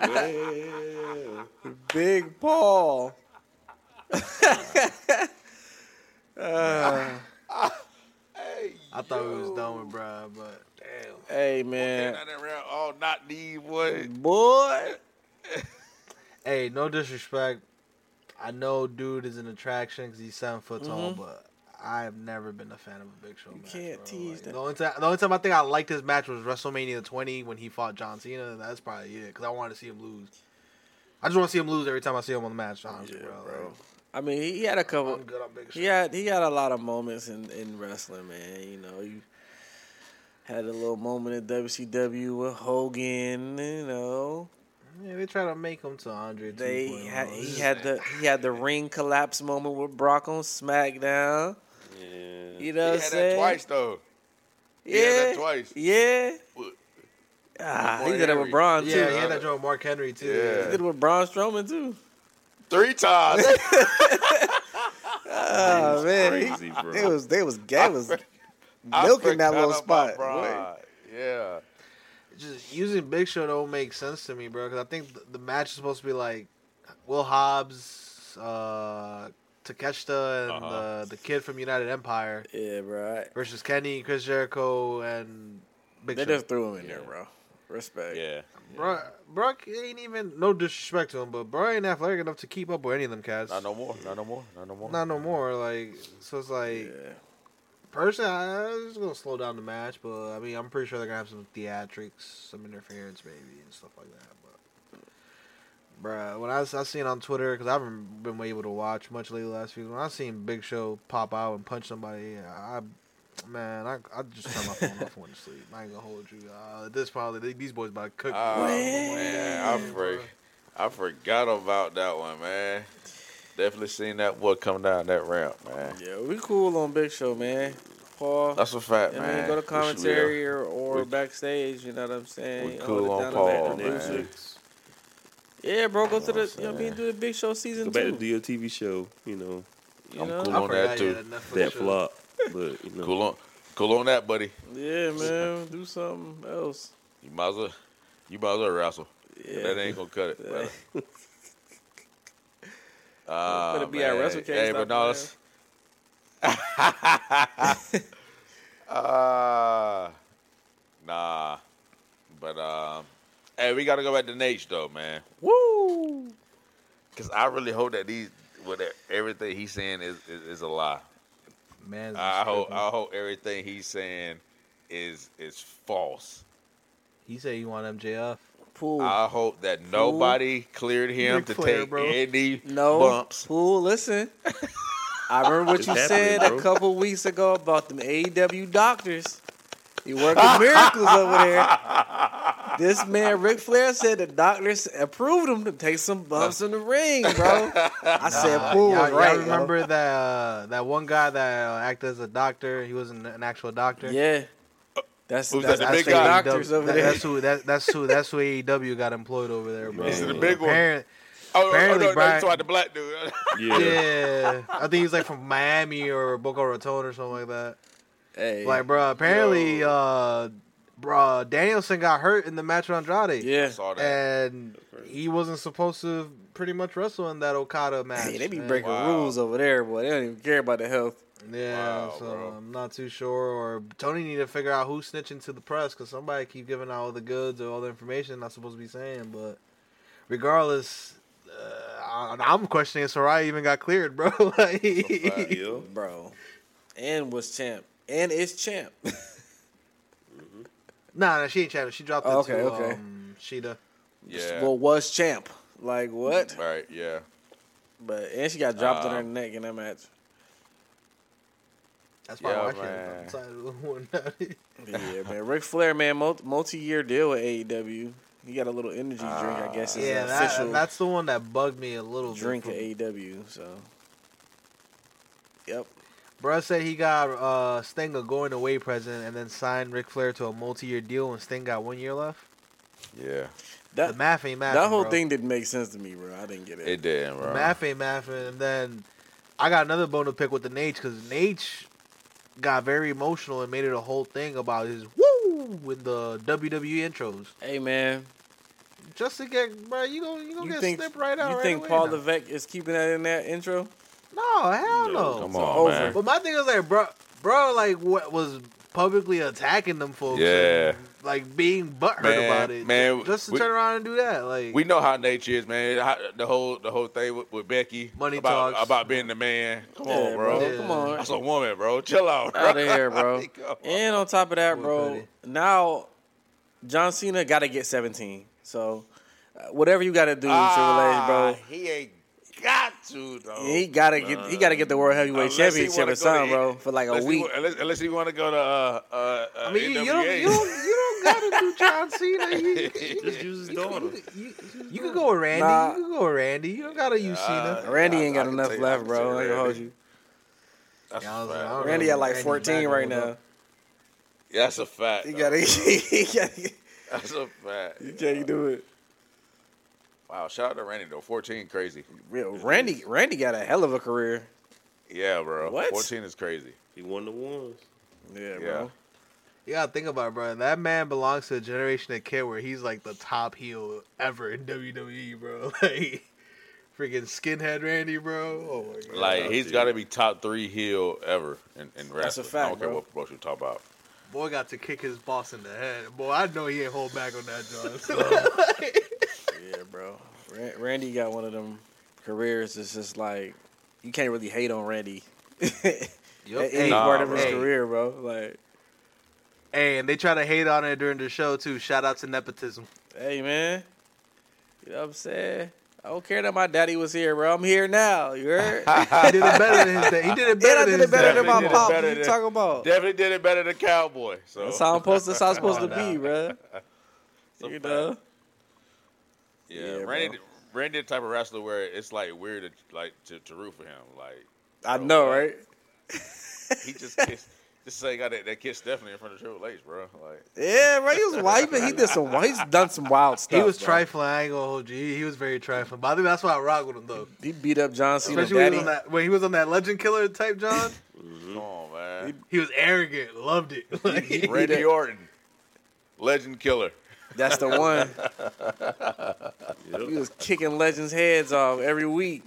and Seth
Yeah.
Big Paul.
I thought we was done with bruh, but damn.
Hey, man.
Not that round. Oh, not need what?
Boy.
Hey, no disrespect. I know dude is an attraction because he's seven foot tall, but I've never been a fan of a Big Show
Mm-hmm. You
match.
can't
bro.
tease
Like,
that.
The only, time, the only time I think I liked his match was WrestleMania 20 when he fought John Cena, and that's probably it because I wanted to see him lose. I just want to see him lose every time I see him on the match, honestly, bro.
I mean, he had a
Like,
couple.
I'm good on Big Show.
He had he had a lot of moments in, in wrestling, man. You know, you had a little moment in WCW with Hogan. You know,
Yeah, they try to make him to Andre.
they
2.0.
had
It's
he
just-
had the he had the ring collapse moment with Brock on SmackDown. You know,
He
what
had
I'm
that
saying?
twice though.
Yeah,
He had that twice.
Yeah.
With-
Ah, he
with Mark
did it with
Henry.
Braun too.
yeah, he had that joint with Mark Henry too.
Yeah.
He did it with Braun Strowman too.
Three times.
Oh man, he-
Crazy, bro.
they was they was they was
I
milking that
forgot
little
about
spot. boy.
Braun. Yeah.
just using Big Show don't make sense to me, bro. Because I think the, the match is supposed to be like Will Hobbs, uh, Takeshita, and
Uh-huh.
the the kid from United Empire
Yeah, bro. I-
versus Kenny, Chris Jericho, and Big
They
Show.
just threw him in there, bro. Respect.
Yeah.
Bro, Brock ain't even no disrespect to him, but Bro ain't athletic enough to keep up with any of them cats.
Not no more. Not no more. Not no more.
Not no more. Like so, it's like
Yeah.
personally, I was just gonna slow down the match, but I mean, I'm pretty sure they're gonna have some theatrics, some interference, maybe, and stuff like that. But, bruh, when I, s- I seen on Twitter, because I haven't been able to watch much lately the last few, when I seen Big Show pop out and punch somebody, I, man, I, I just turned my phone off and went to sleep. I ain't gonna hold you. Uh, at this probably they, these boys about to cook.
Oh,
What?
man, I, for, I forgot about that one, man. Definitely seen that boy come down that ramp, man.
Yeah, we cool on Big Show, man. Paul.
That's a fact,
I
man.
mean, go to
We should be
commentary or, or
we-
backstage. You know what I'm saying?
we
You know,
cool
the
on
down
Paul,
and
man.
back reviews.
Music.
Yeah, bro. Go to
what I'm
the you know, what I mean,
saying.
do the Big Show
Go
season
back to
two.
do your TV show. You know
You
I'm
know?
cool
I
on that
forgot you
too.
had Netflix
that
show.
flop, but you know.
Cool on, cool on that, buddy.
Yeah, man. Do something else.
You might as well, you might as well wrestle.
Yeah.
That ain't gonna cut it,
Yeah.
brother. Ah,
Better be at
man.
WrestleCade,
Hey, but
stop
no, that's. Ah, nah, but um, hey, we gotta go back to Nate though, man.
Woo!
Cause I really hope that these, what everything he's saying is is, is a lie.
Man,
I hope I hope everything he's saying is is false.
He said you want MJF.
Pool.
I hope that nobody cleared him
You're
to
clear,
take
bro.
any
no.
bumps.
Pool, listen. I remember what
It's
you
happening,
said a
bro.
couple weeks ago about them AEW doctors. You working miracles over there. This man, Ric Flair, said the doctors approved him to take some bumps in the ring, bro. I said,
Uh,
Pool,
y'all,
was
y'all
right. yo."
remember that uh, that one guy that uh, acted as a doctor? He wasn't an actual doctor.
Yeah. That's,
Who's
that's
that, the
that's
big
the
guy?
doctors over
that,
there.
That's who. That, that's who. That's who AEW got employed over there, bro.
This is the
big one.
Apparent-
Oh, oh, no,
Apparently
no, you
Brian-
talking about the black dude.
Yeah.
Yeah, I think he's like from Miami or Boca Raton or something like that.
Hey.
Like, bro, apparently,
Yo.
uh, bro, Danielson got hurt in the match with Andrade.
I
yeah.
saw that.
and he wasn't supposed to pretty much wrestle in that Okada match.
Hey, they be
man.
breaking
Wow.
rules over there, boy. They don't even care about the health.
Yeah,
Wow,
so
bro.
I'm not too sure. Or Tony need to figure out who's snitching to the press because somebody keep giving out all the goods or all the information not supposed to be saying. But regardless, uh, I, I'm questioning if Soraya even got cleared, bro. like,
fact.
Yeah.
Bro. And was champ. And is champ.
nah, nah, she ain't champion. She dropped it
Okay,
to
okay.
Um, Sheeta.
Yeah.
Well, was champ. Like what?
right. Yeah.
But and she got dropped on her
Um,
neck in that match.
That's probably
Yeah,
why I can't.
man.
I'm tired of one. That's
Yeah, man. Ric Flair, man, multi year deal with AEW. He got a little energy drink, I guess. Is
yeah,
an
that,
official
that's the one that bugged me a little
drink
bit.
of
from-
AEW. So, yep.
Bruh said he got uh, Sting a going away present and then signed Ric Flair to a multi year deal and Sting got one year left.
Yeah.
That
the math ain't mathing.
that whole
bro.
thing didn't make sense to me, bro. I didn't get it.
It did,
The
bro.
math ain't mathing. And then I got another bone to pick with the Nate because Nate got very emotional and made it a whole thing about his woo with the WWE intros.
hey, man,
Just to get, bro, you gonna you gonna
you
get
think
slipped right out.
you
right
think
away
Paul
now.
Levesque is keeping that in that intro?
No, hell
No,
no.
Come
So
on,
over.
man.
But my thing is like, bro, bro, like what was publicly attacking them folks?
Yeah.
and, like being butthurt
Man,
about it.
man,
just to
we-
turn around and do that, like
We know how nature is, man. How, the whole the whole thing with, with Becky
Money
about
talks.
about being the man. Come on,
Yeah,
bro.
Yeah.
Come on.
That's a woman, bro. Chill out, bro.
out of here, bro.
Come on.
and on top of that,
Boy,
bro,
Cody.
now John Cena got to get 17. So uh, whatever you got to do, Triple H,
Ah, He ain't got to though.
bro. He gotta get he gotta get the world heavyweight
Unless he
championship
wanna
or
go
something,
to-
bro, for like a
unless
week.
He, wa- unless, unless he want to go to uh uh. uh
I mean, you, you don't,
NWA.
you don't, you don't gotta do John Cena. You, you,
Just use his
you,
daughter.
you- you- you could go with Randy.
Nah.
You could go with Randy. You don't gotta use Cena.
Uh,
Randy
I-
ain't got
I can
enough
take- I
left,
can
bro.
take
I ain't gonna hold
Randy.
you.
That's
Yeah, I
a
was- I
fact.
don't
bro.
Randy at like
Randy
14
back
right
and hold
now.
up.
That's a fact.
He
though.
gotta he gotta
That's a fact.
you can't do it.
Wow, shout out to Randy though. Fourteen, crazy.
Real Randy Randy got a hell of a career.
Yeah, bro.
What?
Fourteen is crazy.
He won the ones.
Yeah,
Yeah.
bro.
You gotta think about it, bro. That man belongs to a generation of kid where he's like the top heel ever in WWE, bro. Like freaking skinhead Randy, bro. Oh my god.
Like
Yeah,
he's
dude.
got to be top three heel ever in, in wrestling.
That's a
I
fact,
don't care
bro.
what promotion you talk about.
Boy got to kick his boss in the head. Boy, I know he ain't hold back on that, John.
Yeah, bro. Ran- Randy got one of them careers. It's just like you can't really hate on Randy at any
Nah,
part of his
bro.
career, bro. Like,
Hey, and they try to hate on it during the show too. Shout out to nepotism.
hey, man. You know what I'm saying? I don't care that my daddy was here, bro. I'm here now. You heard? and
He did it better than his dad. He did it better
I
than
did
his
it better
dad.
than my
Definitely did it
pop. What
better
you
than-
talking about?
Definitely did it better than Cowboy. So
Oh. That's how I'm supposed. That's how I'm supposed to
Come on
be, bro.
a
You
fact.
know?
yeah,
Yeah,
Randy,
bro.
Randy the type of wrestler where it's like weird to, like to, to root for him. Like
I
Bro,
know,
bro.
right?
he just kissed, just say got that, that kiss Stephanie in front of Triple H, bro. Like
Yeah, right. He was wiping. He did some. He's done some wild stuff.
He was
bro.
trifling. I ain't gonna hold you. He, he was very trifling. But I think that's why I rock with him though.
He beat up John Cena's
Especially when
daddy.
he, was on that, when he was on that legend killer type John.
Mm-hmm.
come on, man.
he was arrogant. Loved it. Like,
Randy
did.
Orton, legend killer.
That's the one.
Yep.
He was kicking legends' heads off every week.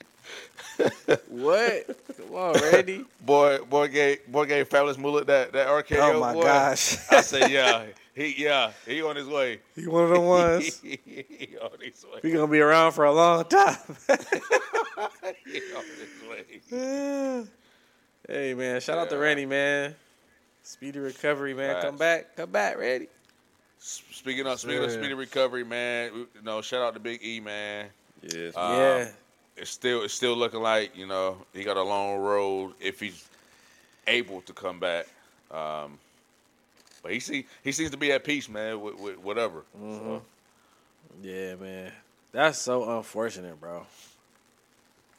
what? Come on, Randy.
Boy, boy gave boy gave Fabulous Mullet that that RKO.
oh my
boy.
gosh.
I said, yeah, he yeah, he on his way.
he one of the ones.
he on his way.
We gonna be around for a long time.
He on his way.
hey man, shout out to
Yeah.
Randy, man. Speedy recovery, man. Come back. Come back, Randy.
S- Speaking of speaking of
Yeah.
speedy recovery, man. we- You know, shout out to Big E, man.
Yes.
Uh,
yeah,
It's still it's still looking like you know he got a long road if he's able to come back. Um, but he see he seems to be at peace, man. With, with whatever. So,
Mm-hmm. yeah, man. That's so unfortunate, bro.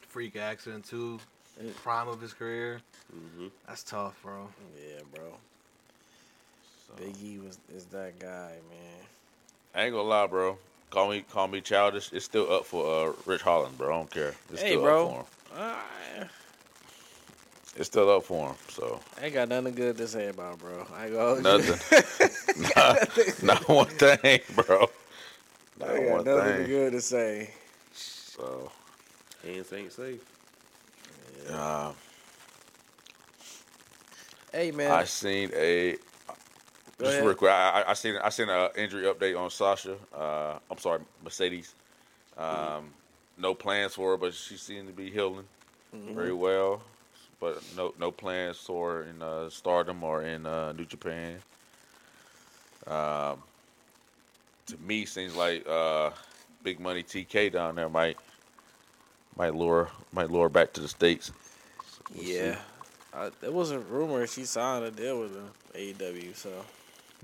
Freak accident too.
It-
Prime of his career.
mm-hmm.
That's tough, bro.
Yeah, bro.
so.
Big E was is that guy, man.
I ain't gonna lie, bro. Call me call me childish. It's still up for uh, Rich Holland, bro. I don't care. It's
Hey,
still
bro.
up for him.
I,
It's still up for him. So
I ain't got nothing good to say about, it, bro. I go
Nothing. nah, not one thing, bro.
I
Not
got
one
nothing
thing.
good to say.
So
Hands ain't safe.
uh,
Hey, man.
I seen a
go
just
ahead.
real quick. I, I- I seen I seen an injury update on Sasha. Uh, I'm sorry, Mercedes. Um,
Mm-hmm.
No plans for her, but she seemed to be healing
Mm-hmm.
Mm-hmm.
very well. But no no plans for her in uh, Stardom or in uh, New Japan. Um, to me, seems like uh, Big Money TK down there might might lure might lure her back to the states. So we'll see.
yeah. I, it was a rumor she signed a deal with them, AEW, so.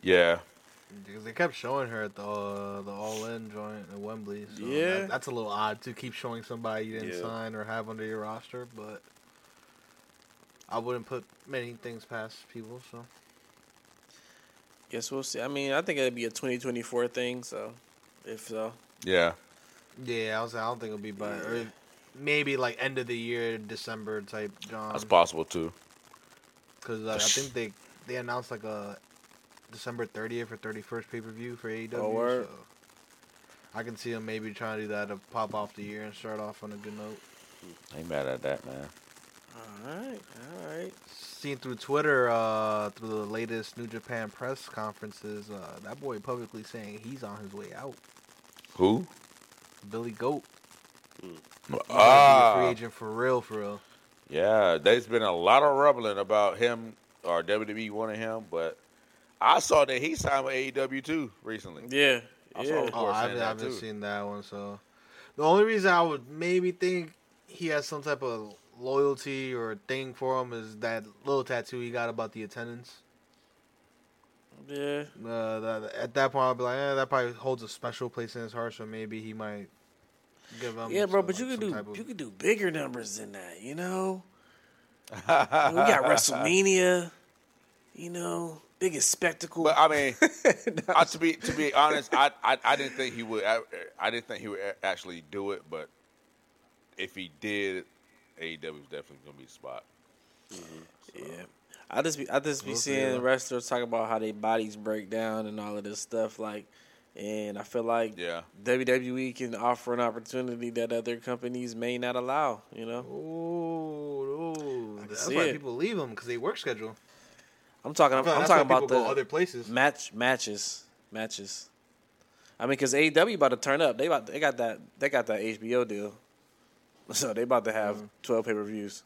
yeah.
Because they kept showing her at the uh, the All In joint at Wembley. So
Yeah.
that- that's a little odd to keep showing somebody you didn't
Yeah.
sign or have under your roster, but I wouldn't put many things past people. So
Guess we'll see. I mean, I think it'd be a 2024 thing, so. If so.
Yeah.
yeah, I was I don't think it'll be by or maybe like end of the year, December type John.
That's possible too.
Because I think they they announced like a December 30th or 31st pay per view for AEW.
Oh, word.
So I can see them maybe trying to do that to pop off the year and start off on a good note.
Ain't mad at that, man.
Alright, alright.
Seen through Twitter, uh, through the latest New Japan press conferences, uh, that boy publicly saying he's on his way out.
Who?
Billy Goat, he's gonna be a free
Ah,
agent for real, for real.
yeah. There's been a lot of rumbling about him or WWE wanting him, but I saw that he signed with AEW too recently.
Yeah.
I saw
Yeah.
it.
Oh,
course,
I
saying
haven't, I
that
haven't
too.
seen that one. So the only reason I would maybe think he has some type of loyalty or thing for him is that little tattoo he got about the attendance.
Yeah.
Uh, that, at that point, I'll be like, eh, that probably holds a special place in his heart. So maybe he might give him.
Yeah, bro,
some,
but you
like,
could
some
do
type of-
you could do bigger numbers than that, you know? I mean, we got WrestleMania, you know, biggest spectacle.
But I mean, I, to be to be honest, I, I I didn't think he would. I, I didn't think he would a- actually do it, but if he did, AEW is definitely gonna be the spot.
Yeah, I just be I just be
We'll see,
seeing
yeah.
wrestlers talk about how their bodies break down and all of this stuff. Like, and I feel like
Yeah,
WWE can offer an opportunity that other companies may not allow. You know,
Oh, oh,
can
that's
see
why
it.
people leave him because they work schedule.
I'm talking. I'm,
That's why
talking
people
about the
go other places.
match matches matches. I mean, because AEW about to turn up. They about they got that they got that HBO deal, so they about to have
Mm-hmm.
twelve pay per views.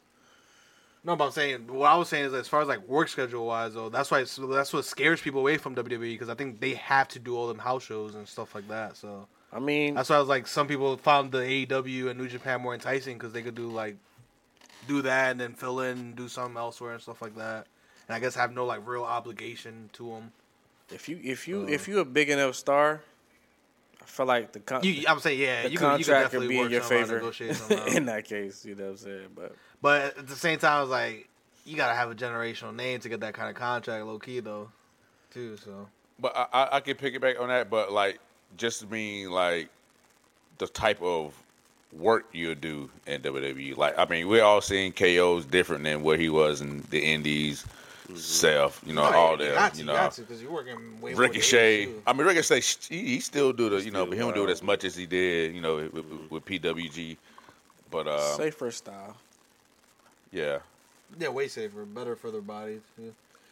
No, but I'm saying what I was saying is as far as like work schedule wise, though, that's why it's, that's what scares people away from WWE because I think they have to do all them house shows and stuff like that. So
I mean,
that's why I was like, some people found the AEW and New Japan more enticing because they could do like do that and then fill in, do something elsewhere and stuff like that. And I guess have no like real obligation to them.
if you if you
Uh.
if you a big enough star, I feel like the com-
You, I'm saying, yeah,
the
you could, you could
contract could,
definitely
be in
work
your
something out,
favor
negotiate something out.
in that case. You know what I'm saying? But
But at the same time, I was like, you gotta have a generational name to get that kind of contract, low key though, too. So
but I I, I can pick it back on that. But like, just mean like the type of work you do in WWE. Like, I mean, we're all seeing KOs different than what he was in the Indies self. You know,
Oh,
all that. Mm-hmm. You know,
because you're working way more than
Ricochet.
82.
I mean, Ricochet. He, he still do the. You know,
Still
but he don't do it
wild.
as much as he did. You know, with, with, with PWG. But uh,
safer style.
yeah,
Yeah, way safer, better for their bodies. Yeah.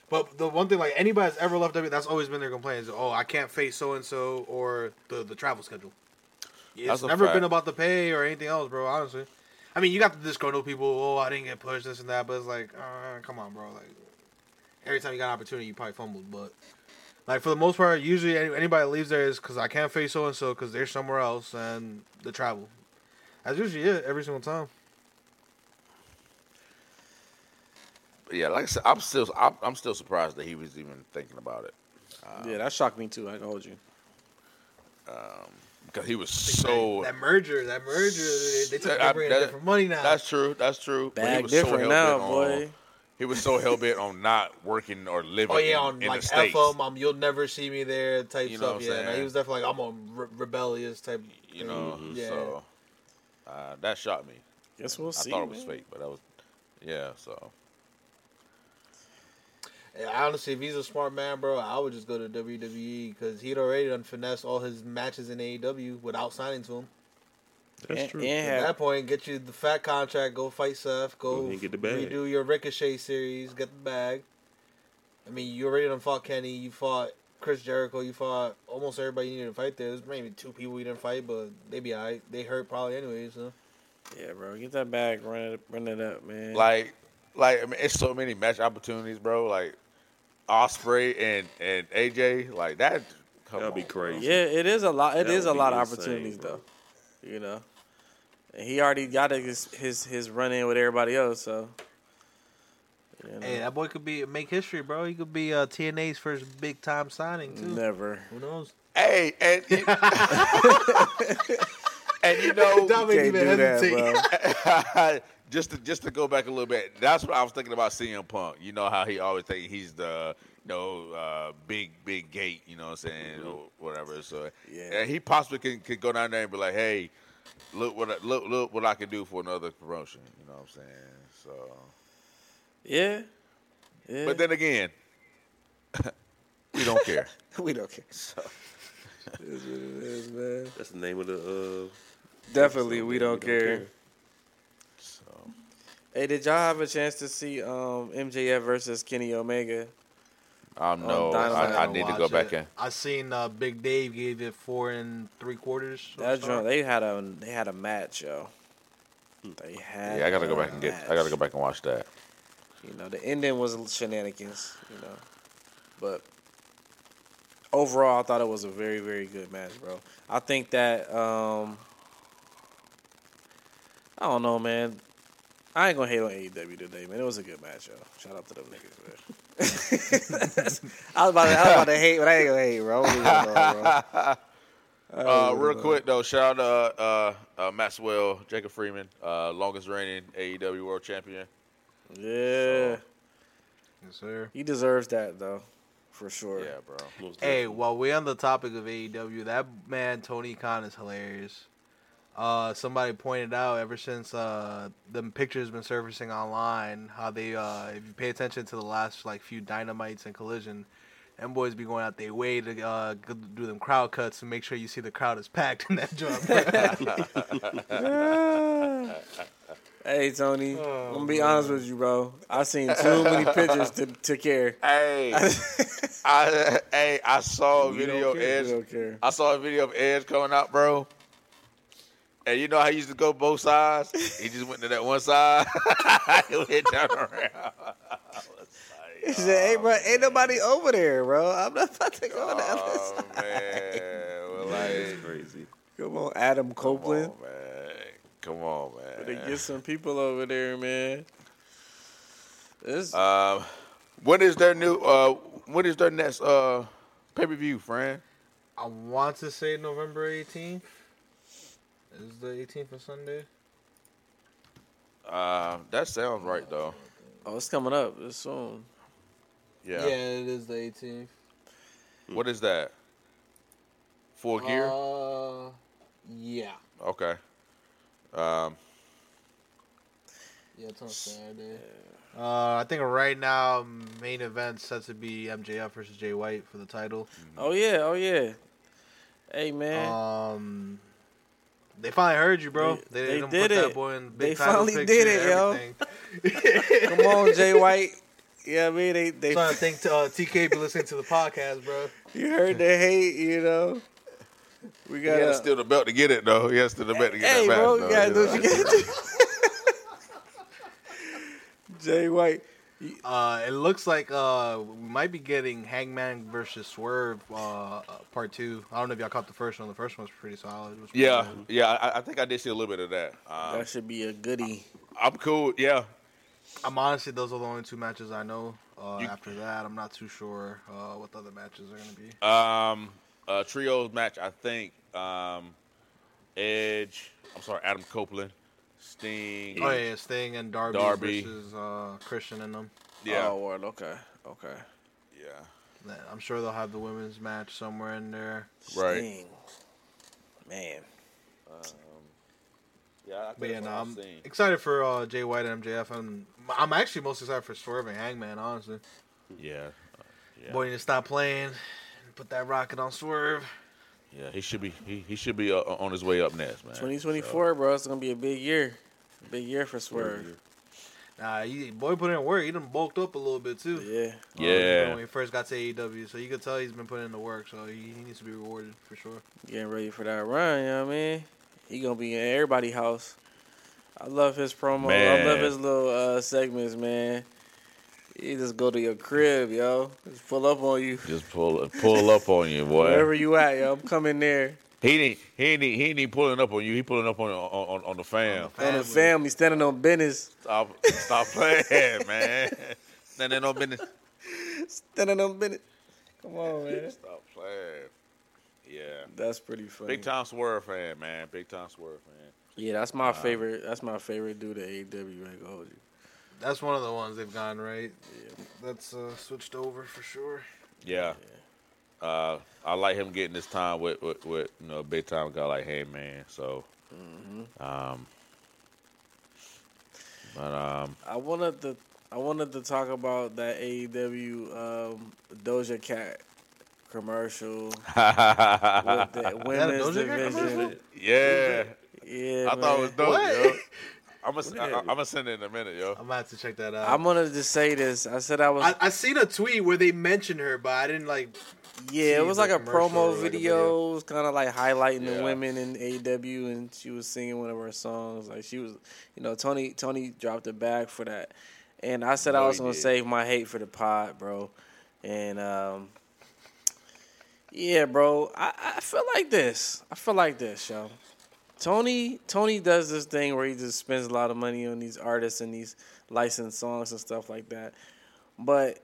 But the one thing, like anybody's ever left WWE, that's always been their complaint is, oh, I can't face so and so or the the travel schedule. It's
That's a
never
fact.
been about the pay or anything else, bro. Honestly, I mean, you got the disgruntled people. Oh, I didn't get pushed, this and that. But it's like, uh, come on, bro. Like every time you got an opportunity, you probably fumbled. But Like for the most part, usually any, anybody that leaves there is because I can't face so and so because they're somewhere else and the travel. That's usually it every single time.
But yeah, like I said, I'm still I'm, I'm still surprised that he was even thinking about it
yeah, that shocked me too. I told you.
because he was so.
that merger, that merger, they, they took
I-
everybody
that-
different money now.
That's true. That's true. But he
Bag
was
different
so
now,
hell-bent on-
boy.
He was so hell bent on not working or living.
Oh yeah,
in-
on
in
like
the
F
states.
them, um, you'll never see me there type
You know
stuff.
what I'm
Yeah,
saying?
no, he was definitely like I'm a re- rebellious type.
You know,
Mhm. Yeah.
so uh, that shocked me.
Guess we'll
I
see.
thought it was
man.
fake, but that was yeah. So
Yeah, honestly, if he's a smart man, bro, I would just go to WWE because he'd already done finesse all his matches in AEW without signing to him.
That's
And-
true.
and
At
have-
that point, get you the fat contract, go fight Seth,
Go
go
ahead and get the bag.
redo your Ricochet series, get the bag. I mean, you already done fought Kenny, you fought Chris Jericho, you fought almost everybody you needed to fight there. There's maybe two people you didn't fight, but they be alright. They hurt probably anyways. So.
Yeah, bro. Get that bag. Run it. Run it up, man.
like, like I mean, it's so many match opportunities, bro. Like Osprey and and AJ, like that. come
That'd be
on,
crazy.
Yeah, it is a lot. It
That
is
would
a
be
lot of
insane,
opportunities,
bro.
though. You know, and he already got his his, his run in with everybody else. So, you know,
Hey, that boy could be make history, bro. He could be uh, TNA's first big time signing too.
never.
Who knows?
Hey, and and you know,
Dominic
Can't
even
do that,
hesitate.
bro.
just to just to go back a little bit, that's what I was thinking about CM Punk. You know how he always think he's the you know uh, big big gate. You know what I'm
Mm-hmm.
saying or whatever. So
Yeah.
and he possibly can could go down there and be like, hey, look what I, look look what I can do for another promotion. You know what I'm saying? So,
Yeah. yeah.
but then again, we don't care.
we don't care. So. it is what it is, man.
That's the name of the. Uh,
Definitely,
episode,
we
man.
don't care.
So
Hey, did y'all have a chance to see um, MJF versus Kenny Omega?
um, no,
Dynamite,
I, I
I'll
need to
watch
go back
it.
in.
I seen uh, Big Dave gave it four and three quarters. of a
That
star.
joint, they had a they had a match, yo. They had.
Yeah, I gotta go
a
back and get. I
match.
gotta go back and watch that.
You know, the ending was shenanigans, you know. But overall, I thought it was a very, very good match, bro. I think that um I don't know, man. I ain't gonna hate on AEW today, man. It was a good match, yo. Shout out to them niggas, man. I was about to, I was about to hate, but I ain't gonna hate, bro. I wasn't gonna, bro. Oh,
Uh, real quick though, shout out to uh, uh, uh, Maxwell, Jacob Freeman, uh, longest reigning AEW World Champion.
Yeah,
Yes, sir.
he deserves that though, for sure.
Yeah, bro.
Most
Hey,
definitely.
while we're on the topic of AEW, that man Tony Khan is hilarious. Uh, somebody pointed out ever since uh the pictures been surfacing online how they uh if you pay attention to the last like few dynamites and collision, them boys be going out their way to uh go- do them crowd cuts and make sure you see the crowd is packed in that joint.
Hey Tony,
Oh,
I'm gonna be honest with you, bro. I seen too many pictures to, to care.
Hey, I hey, I saw a
You don't
video
care, you
Edge.
don't care.
I saw a video of Edge coming out, bro. And you know how he used to go both sides? He just went to that one side. he went down around.
He said, "Hey, bro, ain't nobody over there, bro. I'm not about to go on the other side."
Oh man, well, like,
That's crazy.
Come on, Adam
come on,
Copeland.
man. Come on, man.
They get some people over there, man. This
Um, when is their new? Uh, when is their next uh pay per view, friend?
I want to say November 18th. Is the 18th a Sunday?
Uh, that sounds right though.
oh, it's coming up. It's soon.
Yeah.
it is the 18th.
What is that? Full gear.
Uh, yeah.
okay. Um,
Yeah, it's on Saturday. Uh, I think right now main event set to be MJF versus Jay White for the title.
Oh yeah, oh yeah. Hey man,
Um, they finally heard you, bro.
Eh. They-
They,
they
didn't
did
put
it.
that boy in the
They
big title
finally
picture
did
and
it, yo.
everything.
come on, Jay White. Yeah, I mean they they
I'm trying to think uh, TK be listening to the podcast, bro.
you heard the hate, you know. We
he
got
had
to
to steal the belt to get it though. He had to steal the belt to get
Hey,
that match.
bro,
though.
you gotta
You
do
know?
what you gotta do. Jay White.
Uh, it looks like uh, we might be getting Hangman versus Swerve uh, part two. I don't know if y'all caught the first one. The first one's pretty solid. It was pretty
Yeah,
good.
yeah. I, I think I did see a little bit of that. Um,
That should be a goodie.
I'm cool. Yeah,
I'm honestly those are the only two matches I know. Uh,
You-
after that, I'm not too sure uh, what the other matches are gonna be.
Um, uh, trios match, I think. Um, Edge. I'm sorry, Adam Copeland, Sting.
Oh yeah, Sting and Darby,
Darby.
versus uh, Christian and them.
yeah,
Oh, word. Okay. Okay.
yeah.
Yeah, I'm sure they'll have the women's match somewhere in there.
Right.
Sting. Man.
Yeah, I think
But yeah,
that's
no,
what I'm
I'm
seeing.
excited for uh, Jay White and MJF. I'm, I'm actually most excited for Swerve and Hangman, honestly.
yeah, Yeah.
Boy, you need to stop playing. and Put that rocket on Swerve.
yeah. He should be. He, he should be uh, on his way up next, man.
2024, bro. It's gonna be a big year. Big year for Swerve.
Nah, he, boy put in work. He done bulked up a little bit too.
Yeah.
Uh,
Yeah.
when he first got to AEW, so you could tell he's been putting in the work. So he, he needs to be rewarded for sure.
Getting ready for that run, you know what I mean? He gonna be in everybody's house. I love his promo.
Man.
I love his little uh, segments, man. He just go to your crib, yo. Just pull up on you.
Just pull uh, pull up on you,
Wherever
boy.
you at, yo. I'm coming there.
He ain't he ain't he ain't even pulling up on you. He pulling up on on, on, on the fam.
On the family, standing on business.
Stop stop playing, man. Then they don't business.
Standing on business. Come on, man.
Stop playing. Yeah.
That's pretty funny.
Big time Swerve fan, man. Big time Swerve fan.
Yeah, that's my favorite. That's my favorite dude at AEW. I ain't gonna hold you.
That's one of the ones they've gone right. That's uh, switched over for sure.
Yeah. Uh, I like him getting this time with, with, with you know a big time guy like Heyman. So, um, but um,
I wanted to. I wanted to talk about that AEW um, Doja Cat commercial. with the women's
Doja Cat
division.
commercial?
yeah,
Yeah,
I
man.
thought it was dope,
What?
yo. I'm gonna
What?
I'm gonna send it in a minute, yo.
I'm gonna have to check that out.
I wanted to say this. I said I was.
I, I seen a tweet where they mentioned her, but I didn't like.
yeah, it
see
was
the
like a
commercial or
promo
like a
video. It was kind of like highlighting
Yeah.
the women in AEW, and she was singing one of her songs. Like she was, you know, Tony. Tony dropped it back for that, and I said
No,
I
he
was gonna
did.
save my hate for the pod, bro. And um, yeah, bro, I, I feel like this. I feel like this, yo. Tony Tony does this thing where he just spends a lot of money on these artists and these licensed songs and stuff like that. But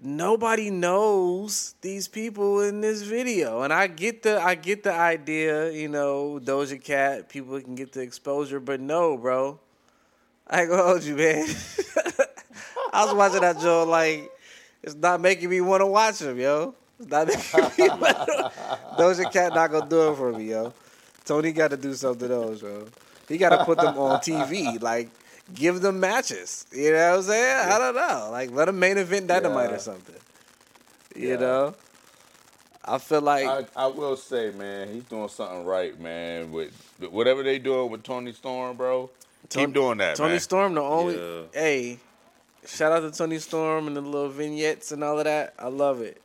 nobody knows these people in this video. And I get the I get the idea, you know, Doja Cat, people can get the exposure, but no, bro. I ain't gonna hold you, man. I was watching that Joe like it's not making me wanna watch him, yo. It's not making me wanna Doja Cat not gonna do it for me, yo. Tony got to do something else, bro. He got to put them on TV. Like, give them matches. You know what I'm saying? I don't know. Like, let them main event Dynamite
Yeah.
or something.
Yeah.
You know? I feel like,
I, I will say, man, he's doing something right, man. With whatever they doing with Tony Storm, bro,
Tony-
keep doing that,
Tony
man.
Storm, the only.
Yeah.
Hey, shout out to Tony Storm and the little vignettes and all of that. I love it.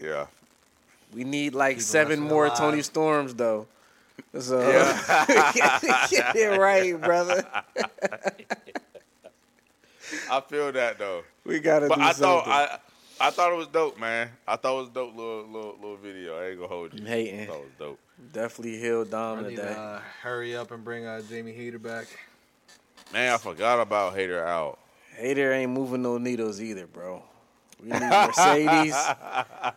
yeah,
We need like
Keep the
seven
legend
more
alive.
Tony Storms, though. So, get it right, brother.
I feel that though.
We got to do
But I
something.
thought I, I thought it was dope, man. I thought it was dope little little little video. I ain't gonna hold you.
I'm hating.
I thought it was dope.
Definitely heal
I
Dom
need
today.
to uh, hurry up and bring uh, Jamie Hader back.
Man, I forgot about Hater Out.
Hater ain't moving no needles either, bro. We need Mercedes,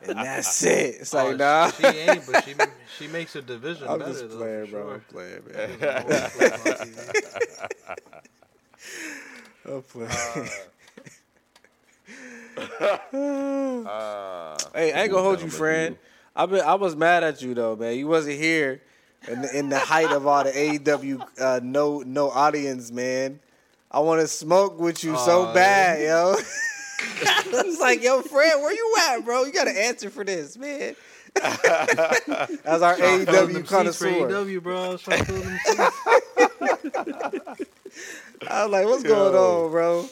and that's it. It's
Oh,
like, Oh, nah.
she ain't, but she she makes her division
I'm
better
just
though.
playing,
for
bro. I'm
sure.
playing, man.
Always plays on TV.
I'm playing.
Mm.
Uh,
hey, I ain't gonna hold you, friend. I been, I was mad at you though, man. You wasn't here in the, in the height of all the AEW uh, no no audience, man. I want to smoke with you so
Aw,
bad, yo. I was like, yo, friend, where you at, bro? You got to answer for this, man. As our
Trying to fill
AEW
them seats for E
connoisseur.
AEW, bro. I was trying to fill them seats.
I was like, what's going on, bro?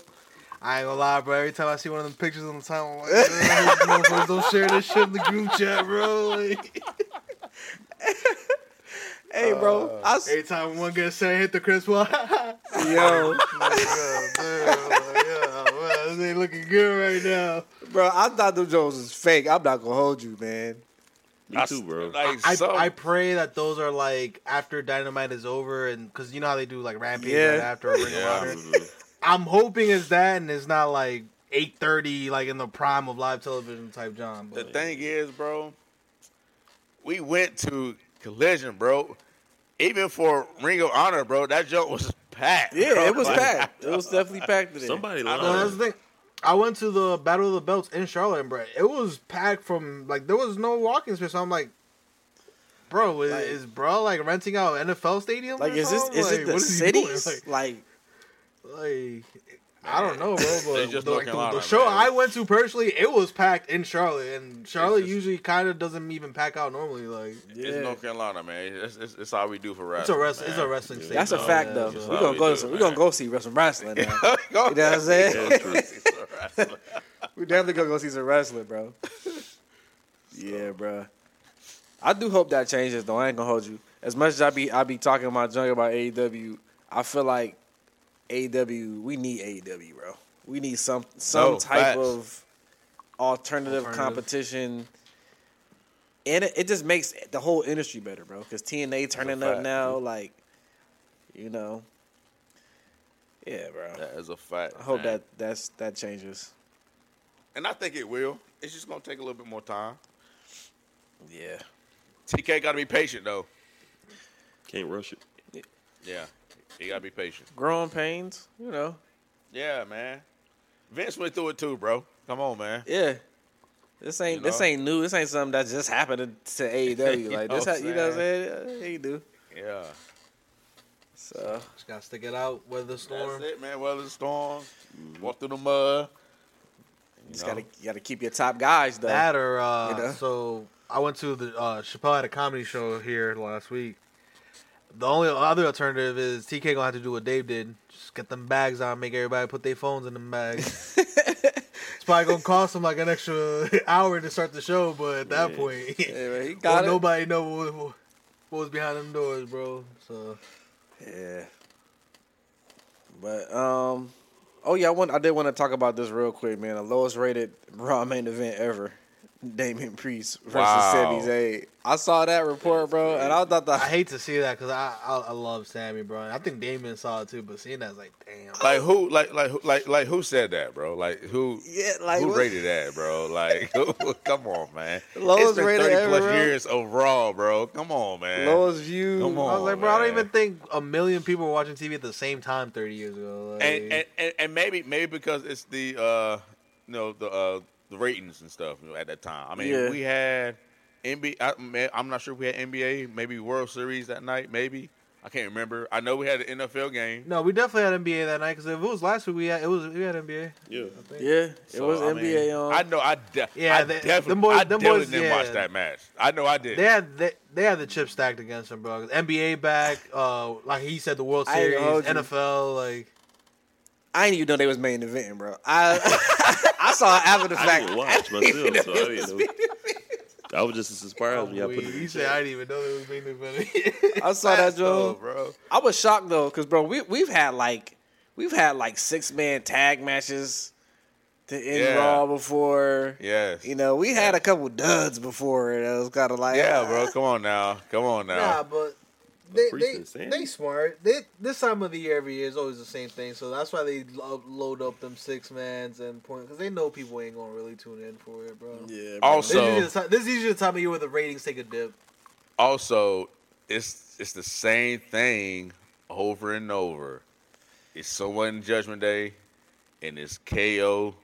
I ain't gonna lie, bro. Every time I see one of them pictures on the timeline, I'm like, "Man, these motherfuckers don't share this shit in the group chat, bro. Like,
Hey, bro. I s-
every time one gets said, hit the Chris Paul.
yo,
Like, yeah, man, like, yeah, ain't looking good right now.
Bro, I thought them Jones was fake. I'm not gonna hold you, man.
Me too, bro.
Like,
I,
so,
I pray that those are like after Dynamite is over, and because you know how they do like Rampage
Yeah.
right after a Ring
Yeah.
um,
of Honor. I'm hoping it's that, and it's not like 8:30, like in the prime of live television type John.
the
But
thing is, bro, we went to Collision, bro. Even for Ring of Honor, bro, that joke was packed. bro.
Yeah, it was
Like,
packed. It was definitely packed today.
Somebody
I
lying.
No, that's the thing. I went to the Battle of the Belts in Charlotte, and bro, it was packed from like there was no walking space. I'm like, bro, is,
Like-
is bro like renting out NFL stadium?
like,
or
is this
something?
is
like,
it the
what is he doing?
cities?
Like,
Like,
Like, I don't know, bro.
They
But
just
the,
North
like, the,
Carolina,
the show
man.
I went to personally, it was packed in Charlotte, and Charlotte
just-
usually kind of doesn't even pack out normally. Like,
It's
Yeah.
North Carolina, man. It's, it's, it's all we do for
it's a
wrestling.
wrestling, it's a
man.
wrestling. state,
that's a
bro.
fact
Yeah,
though.
so-
that's
We're
how
gonna
we
go
do
to
it,
some, we're gonna
man.
go see wrestling wrestling. Now. you know
Go
what I'm saying?
So true.
It's a wrestling.
we definitely gonna go see some wrestling, bro. Yeah, bro. I do hope that changes though. I ain't gonna hold you. As much as I be I be talking my junk about AEW, I feel like AEW we need AEW, bro. We need some some
No,
type
facts.
of alternative,
Alternative.
competition. And it, it just makes the whole industry better, bro. Because TNA turning up
fact.
now, like, you know, yeah, bro.
That is a fact.
I hope
man.
that that's that changes.
and I think it will. It's just gonna take a little bit more time.
Yeah.
TK gotta be patient though.
Can't rush it.
Yeah, he gotta be patient.
Growing pains, you know.
Yeah, man. Vince went through it too, bro. Come on, man.
Yeah. This ain't
You
this
know?
ain't new. This ain't something that just happened to to AEW.
You
Like
know
this,
what
ha-
I'm
you know what I'm saying? He do.
Yeah,
So
Just gotta stick it out, weather the storm.
that's it, man. Weather the storm, walk through the mud.
you
You
just
know?
gotta you gotta keep your top guys though.
That or uh,
You know?
so I went to the uh, Chappelle had a comedy show here last week. The only other alternative is TK gonna have to do what Dave did: just get them bags out, make everybody put their phones in them bags. it's probably gonna cost him like an extra hour to start the show, but at that
Yeah.
point,
yeah, man, he
will
got it.
nobody know what, what- what was behind them doors, bro. So
Yeah. But um, oh yeah, I want I did want to talk about this real quick, man. The lowest rated Raw main event ever. Damian Priest versus
Wow.
Sami Zayn. I saw that report, bro, and I thought the
I hate to see that because I, I I love Sammy, bro. And I think Damon saw it too, but seeing that's like, damn.
Like who? Like like who- like like who said that, bro? Like who?
yeah, like
who
what-
rated that, bro? Like, come on, man.
Lowest
it's been
rated
thirty
ever,
plus
bro.
years overall, bro. Come on, man.
lowest view.
Come on.
I was like, bro, I don't
man.
even think a million people were watching TV at the same time 30 years ago. Like,
and, and, and and maybe maybe because it's the uh you know the uh the ratings and stuff you know, at that time. I mean,
Yeah.
we had NBA. I, man, I'm not sure if we had NBA, maybe World Series that night, maybe I can't remember. I know we had an NFL game.
no, we definitely had NBA that night because if it was last week, we had it was we had NBA.
Yeah.
Yeah, it
So,
was
I mean,
NBA on.
I know I, de-
um, Yeah,
I
they-
definitely,
them boys-
I
them
definitely
boys,
didn't
yeah.
watch that match. I know I did.
They had they, they had the chip stacked against them, bro. NBA back, uh, like he said, the World
I ain't
Series,
gonna hold you.
NFL, like
I didn't even know they was main eventing, bro. I I saw it after the
I
fact.
didn't watch myself, so I didn't know. I was just as surprised when y'all put it. in
Oh, he
the
said,
chat.
I didn't even know they was making it
I saw that
Oh,
joke.
bro.
I was shocked though, cause bro, we we've had like we've had like six man tag matches to end
Yeah.
Raw before.
Yes.
You know, we had a couple duds before, and it was kind of like "Ah."
yeah, bro. Come on now. Come on now.
Nah, but they
Priest and
they,
Sammy.
they smart. They, this time of the year every year is always the same thing, so that's why they lo- load up them six mans and point because they know people ain't gonna really tune in for it, bro.
yeah, bro.
This,
Also,
is usually the time, this is usually the time of year where the ratings take a dip.
also it's it's the same thing over and over. It's someone Judgment Day, and it's KO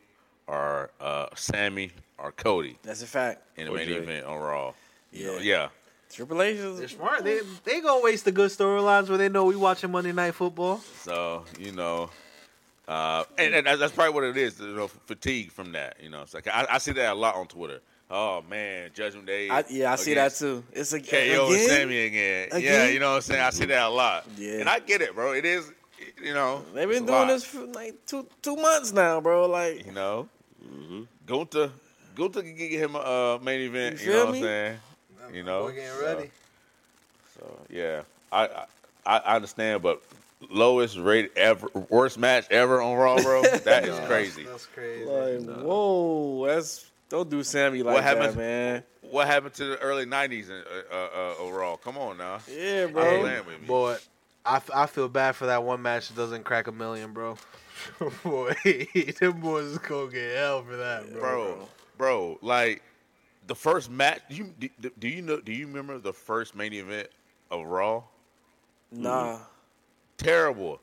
or uh, Sammy or Cody
that's a fact.
in the
Or
main
Jay.
event on Raw. You know,
Yeah.
yeah,
Triple H is
They're smart. They they gonna waste the good storylines where they know we watching Monday Night Football.
so you know. Uh, and, and that's probably what it is, you know, fatigue from that. You know, it's like I, I see that a lot on Twitter. Oh man, Judgment Day.
I, yeah, I see that
against
too. It's a
KO
again?
and Sammy again. Yeah,
Again?
you know what I'm saying. I see that a lot.
Yeah.
and I get it, bro. It is, you know,
They've
it's
been
a
doing
lot.
this for like two two months now, bro. Like
You know,
Mm-hmm.
Gunther, Gunther can get him a uh, main event.
You
You,
feel
know
me?
what I'm saying? You know,
We're getting
so-
ready.
So, yeah, I, I I understand, but lowest rate ever, worst match ever on Raw, bro. That is crazy.
That's crazy.
Like, whoa, that's don't do Sammy like
What
that,
happened-
man.
What happened to the early '90s in, uh, uh, uh, Raw? Come on now,
Yeah,
Stop
bro.
playing with me.
Boy, I, f- I feel bad for that one match that doesn't crack a million, bro. Boy, them boys is gonna get hell for that, bro.
bro, bro. Like the first match. You do, do you know? Do you remember the first main event of Raw?
Nah,
Terrible.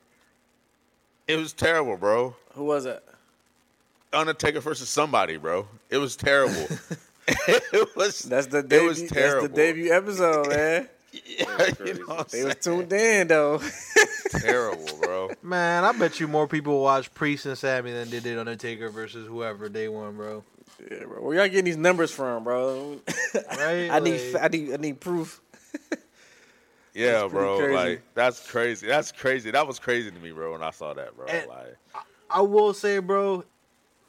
It was terrible, bro.
who was that?
Undertaker versus somebody, bro. It was terrible. it was.
That's the
It
debut.
was
that's the
terrible.
debut episode, man.
you know what I'm
They
saying?
was tuned in though.
terrible, bro.
Man, I bet you more people watch Priest and Sammy than they did Undertaker versus whoever day one, bro.
yeah, bro. Where y'all getting these numbers from, bro?
Right?
I need,
Like-
fa- I need, I need proof.
Yeah,
pretty
bro.
crazy.
Like that's crazy. That's crazy. That was crazy to me, bro. When I saw that, bro.
And-
like,
I will say, bro,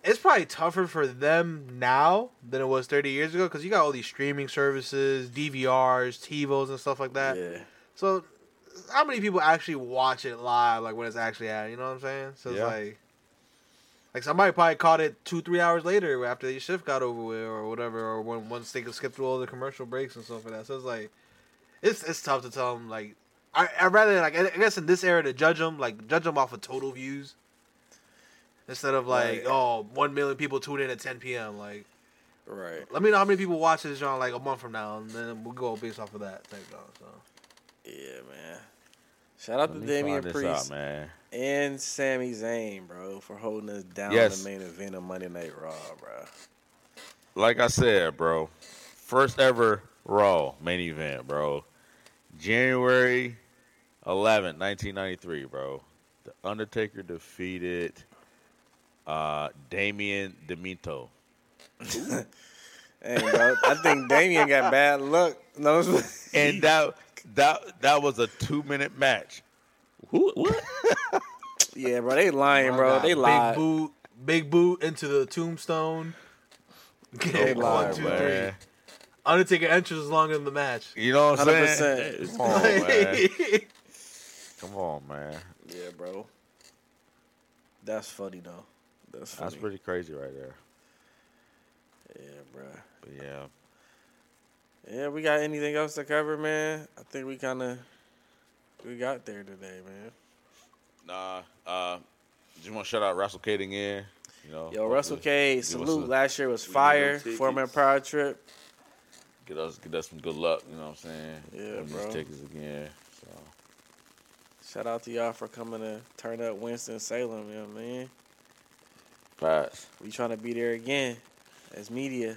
it's probably tougher for them now than it was 30 years ago because you got all these streaming services, DVRs, TiVos, and stuff like that.
Yeah,
So, how many people actually watch it live, like when it's actually at? You know what I'm saying? So it's
Yeah.
like, like somebody probably caught it two, three hours later after your shift got over with, or whatever, or when once they could skip through all the commercial breaks and stuff like that. So it's like, it's it's tough to tell them. Like, I I rather like I I guess in this era to judge them, like judge them off of total views. Instead of like,
Right.
oh, one million people tune in at 10 p.m. Like,
right.
let me know how many people watch this genre like a month from now, and then we'll go based off of that. Type genre, so.
Yeah, man. Shout out to Damian Priest
man.
and Sami Zayn, bro, for holding us down
Yes.
the main event of Monday Night Raw, bro.
Like I said, bro. First ever Raw main event, bro. January 11, 1993, bro. The Undertaker defeated uh Damien Demento.
Hey, bro, I think Damien got bad luck. No, it's-
And that that that was a 2-minute match.
Who? What?
yeah, bro, they lying,
My
bro.
God,
They lied.
Big boot, big boot into the tombstone.
They
Game
lied,
one, two,
man.
three. Undertaker enters longer than the match.
You know what I'm saying?
100%.
That is-
Come on, man. Come on, man.
Yeah, bro. That's funny though. That's funny.
That's pretty crazy right there.
yeah, bro.
But yeah.
Yeah, we got anything else to cover, man? I think we kind of we got there today, man.
Nah, uh, just want to shout out Russell Cade again. You know,
Yo, Russell
hopefully
K,
give us
salute.
a-
Last year was
We need
fire.
them
Former
tickets.
power trip.
Get us, get us some good luck. You know what I'm saying?
Yeah,
Win these
bro.
tickets again. So
Shout out to y'all for coming to turn up Winston Salem, you know what I mean?
facts.
We trying to be there again as media.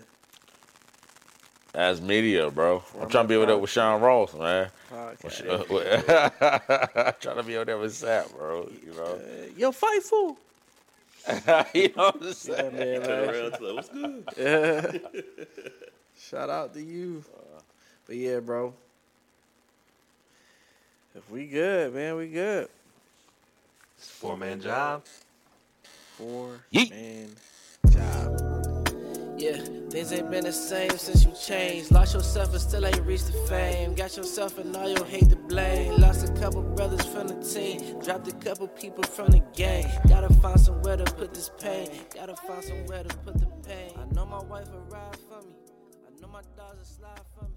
As media, bro.
Former
I'm trying to be over there
pro-
with Sean Ross, man.
Podcast.
Uh, with- I'm trying to be over there with Sap, bro. You know,
Uh, yo, fightful.
you know what I'm
Yeah,
saying?
man,
Turn
like-
around to like, what's good?
Yeah. Shout out to you. But yeah, bro. If we good, man, we good.
Four man job.
Four
Yeet.
man.
Yeah, things ain't been the same since you changed. Lost yourself and still ain't reached the fame. Got yourself and all your hate to blame. Lost a couple brothers from the team. Dropped a couple people from the game. Gotta find somewhere to put this pain. Gotta find somewhere to put the pain. I know my wife will ride for me. I know my dogs will slide for me.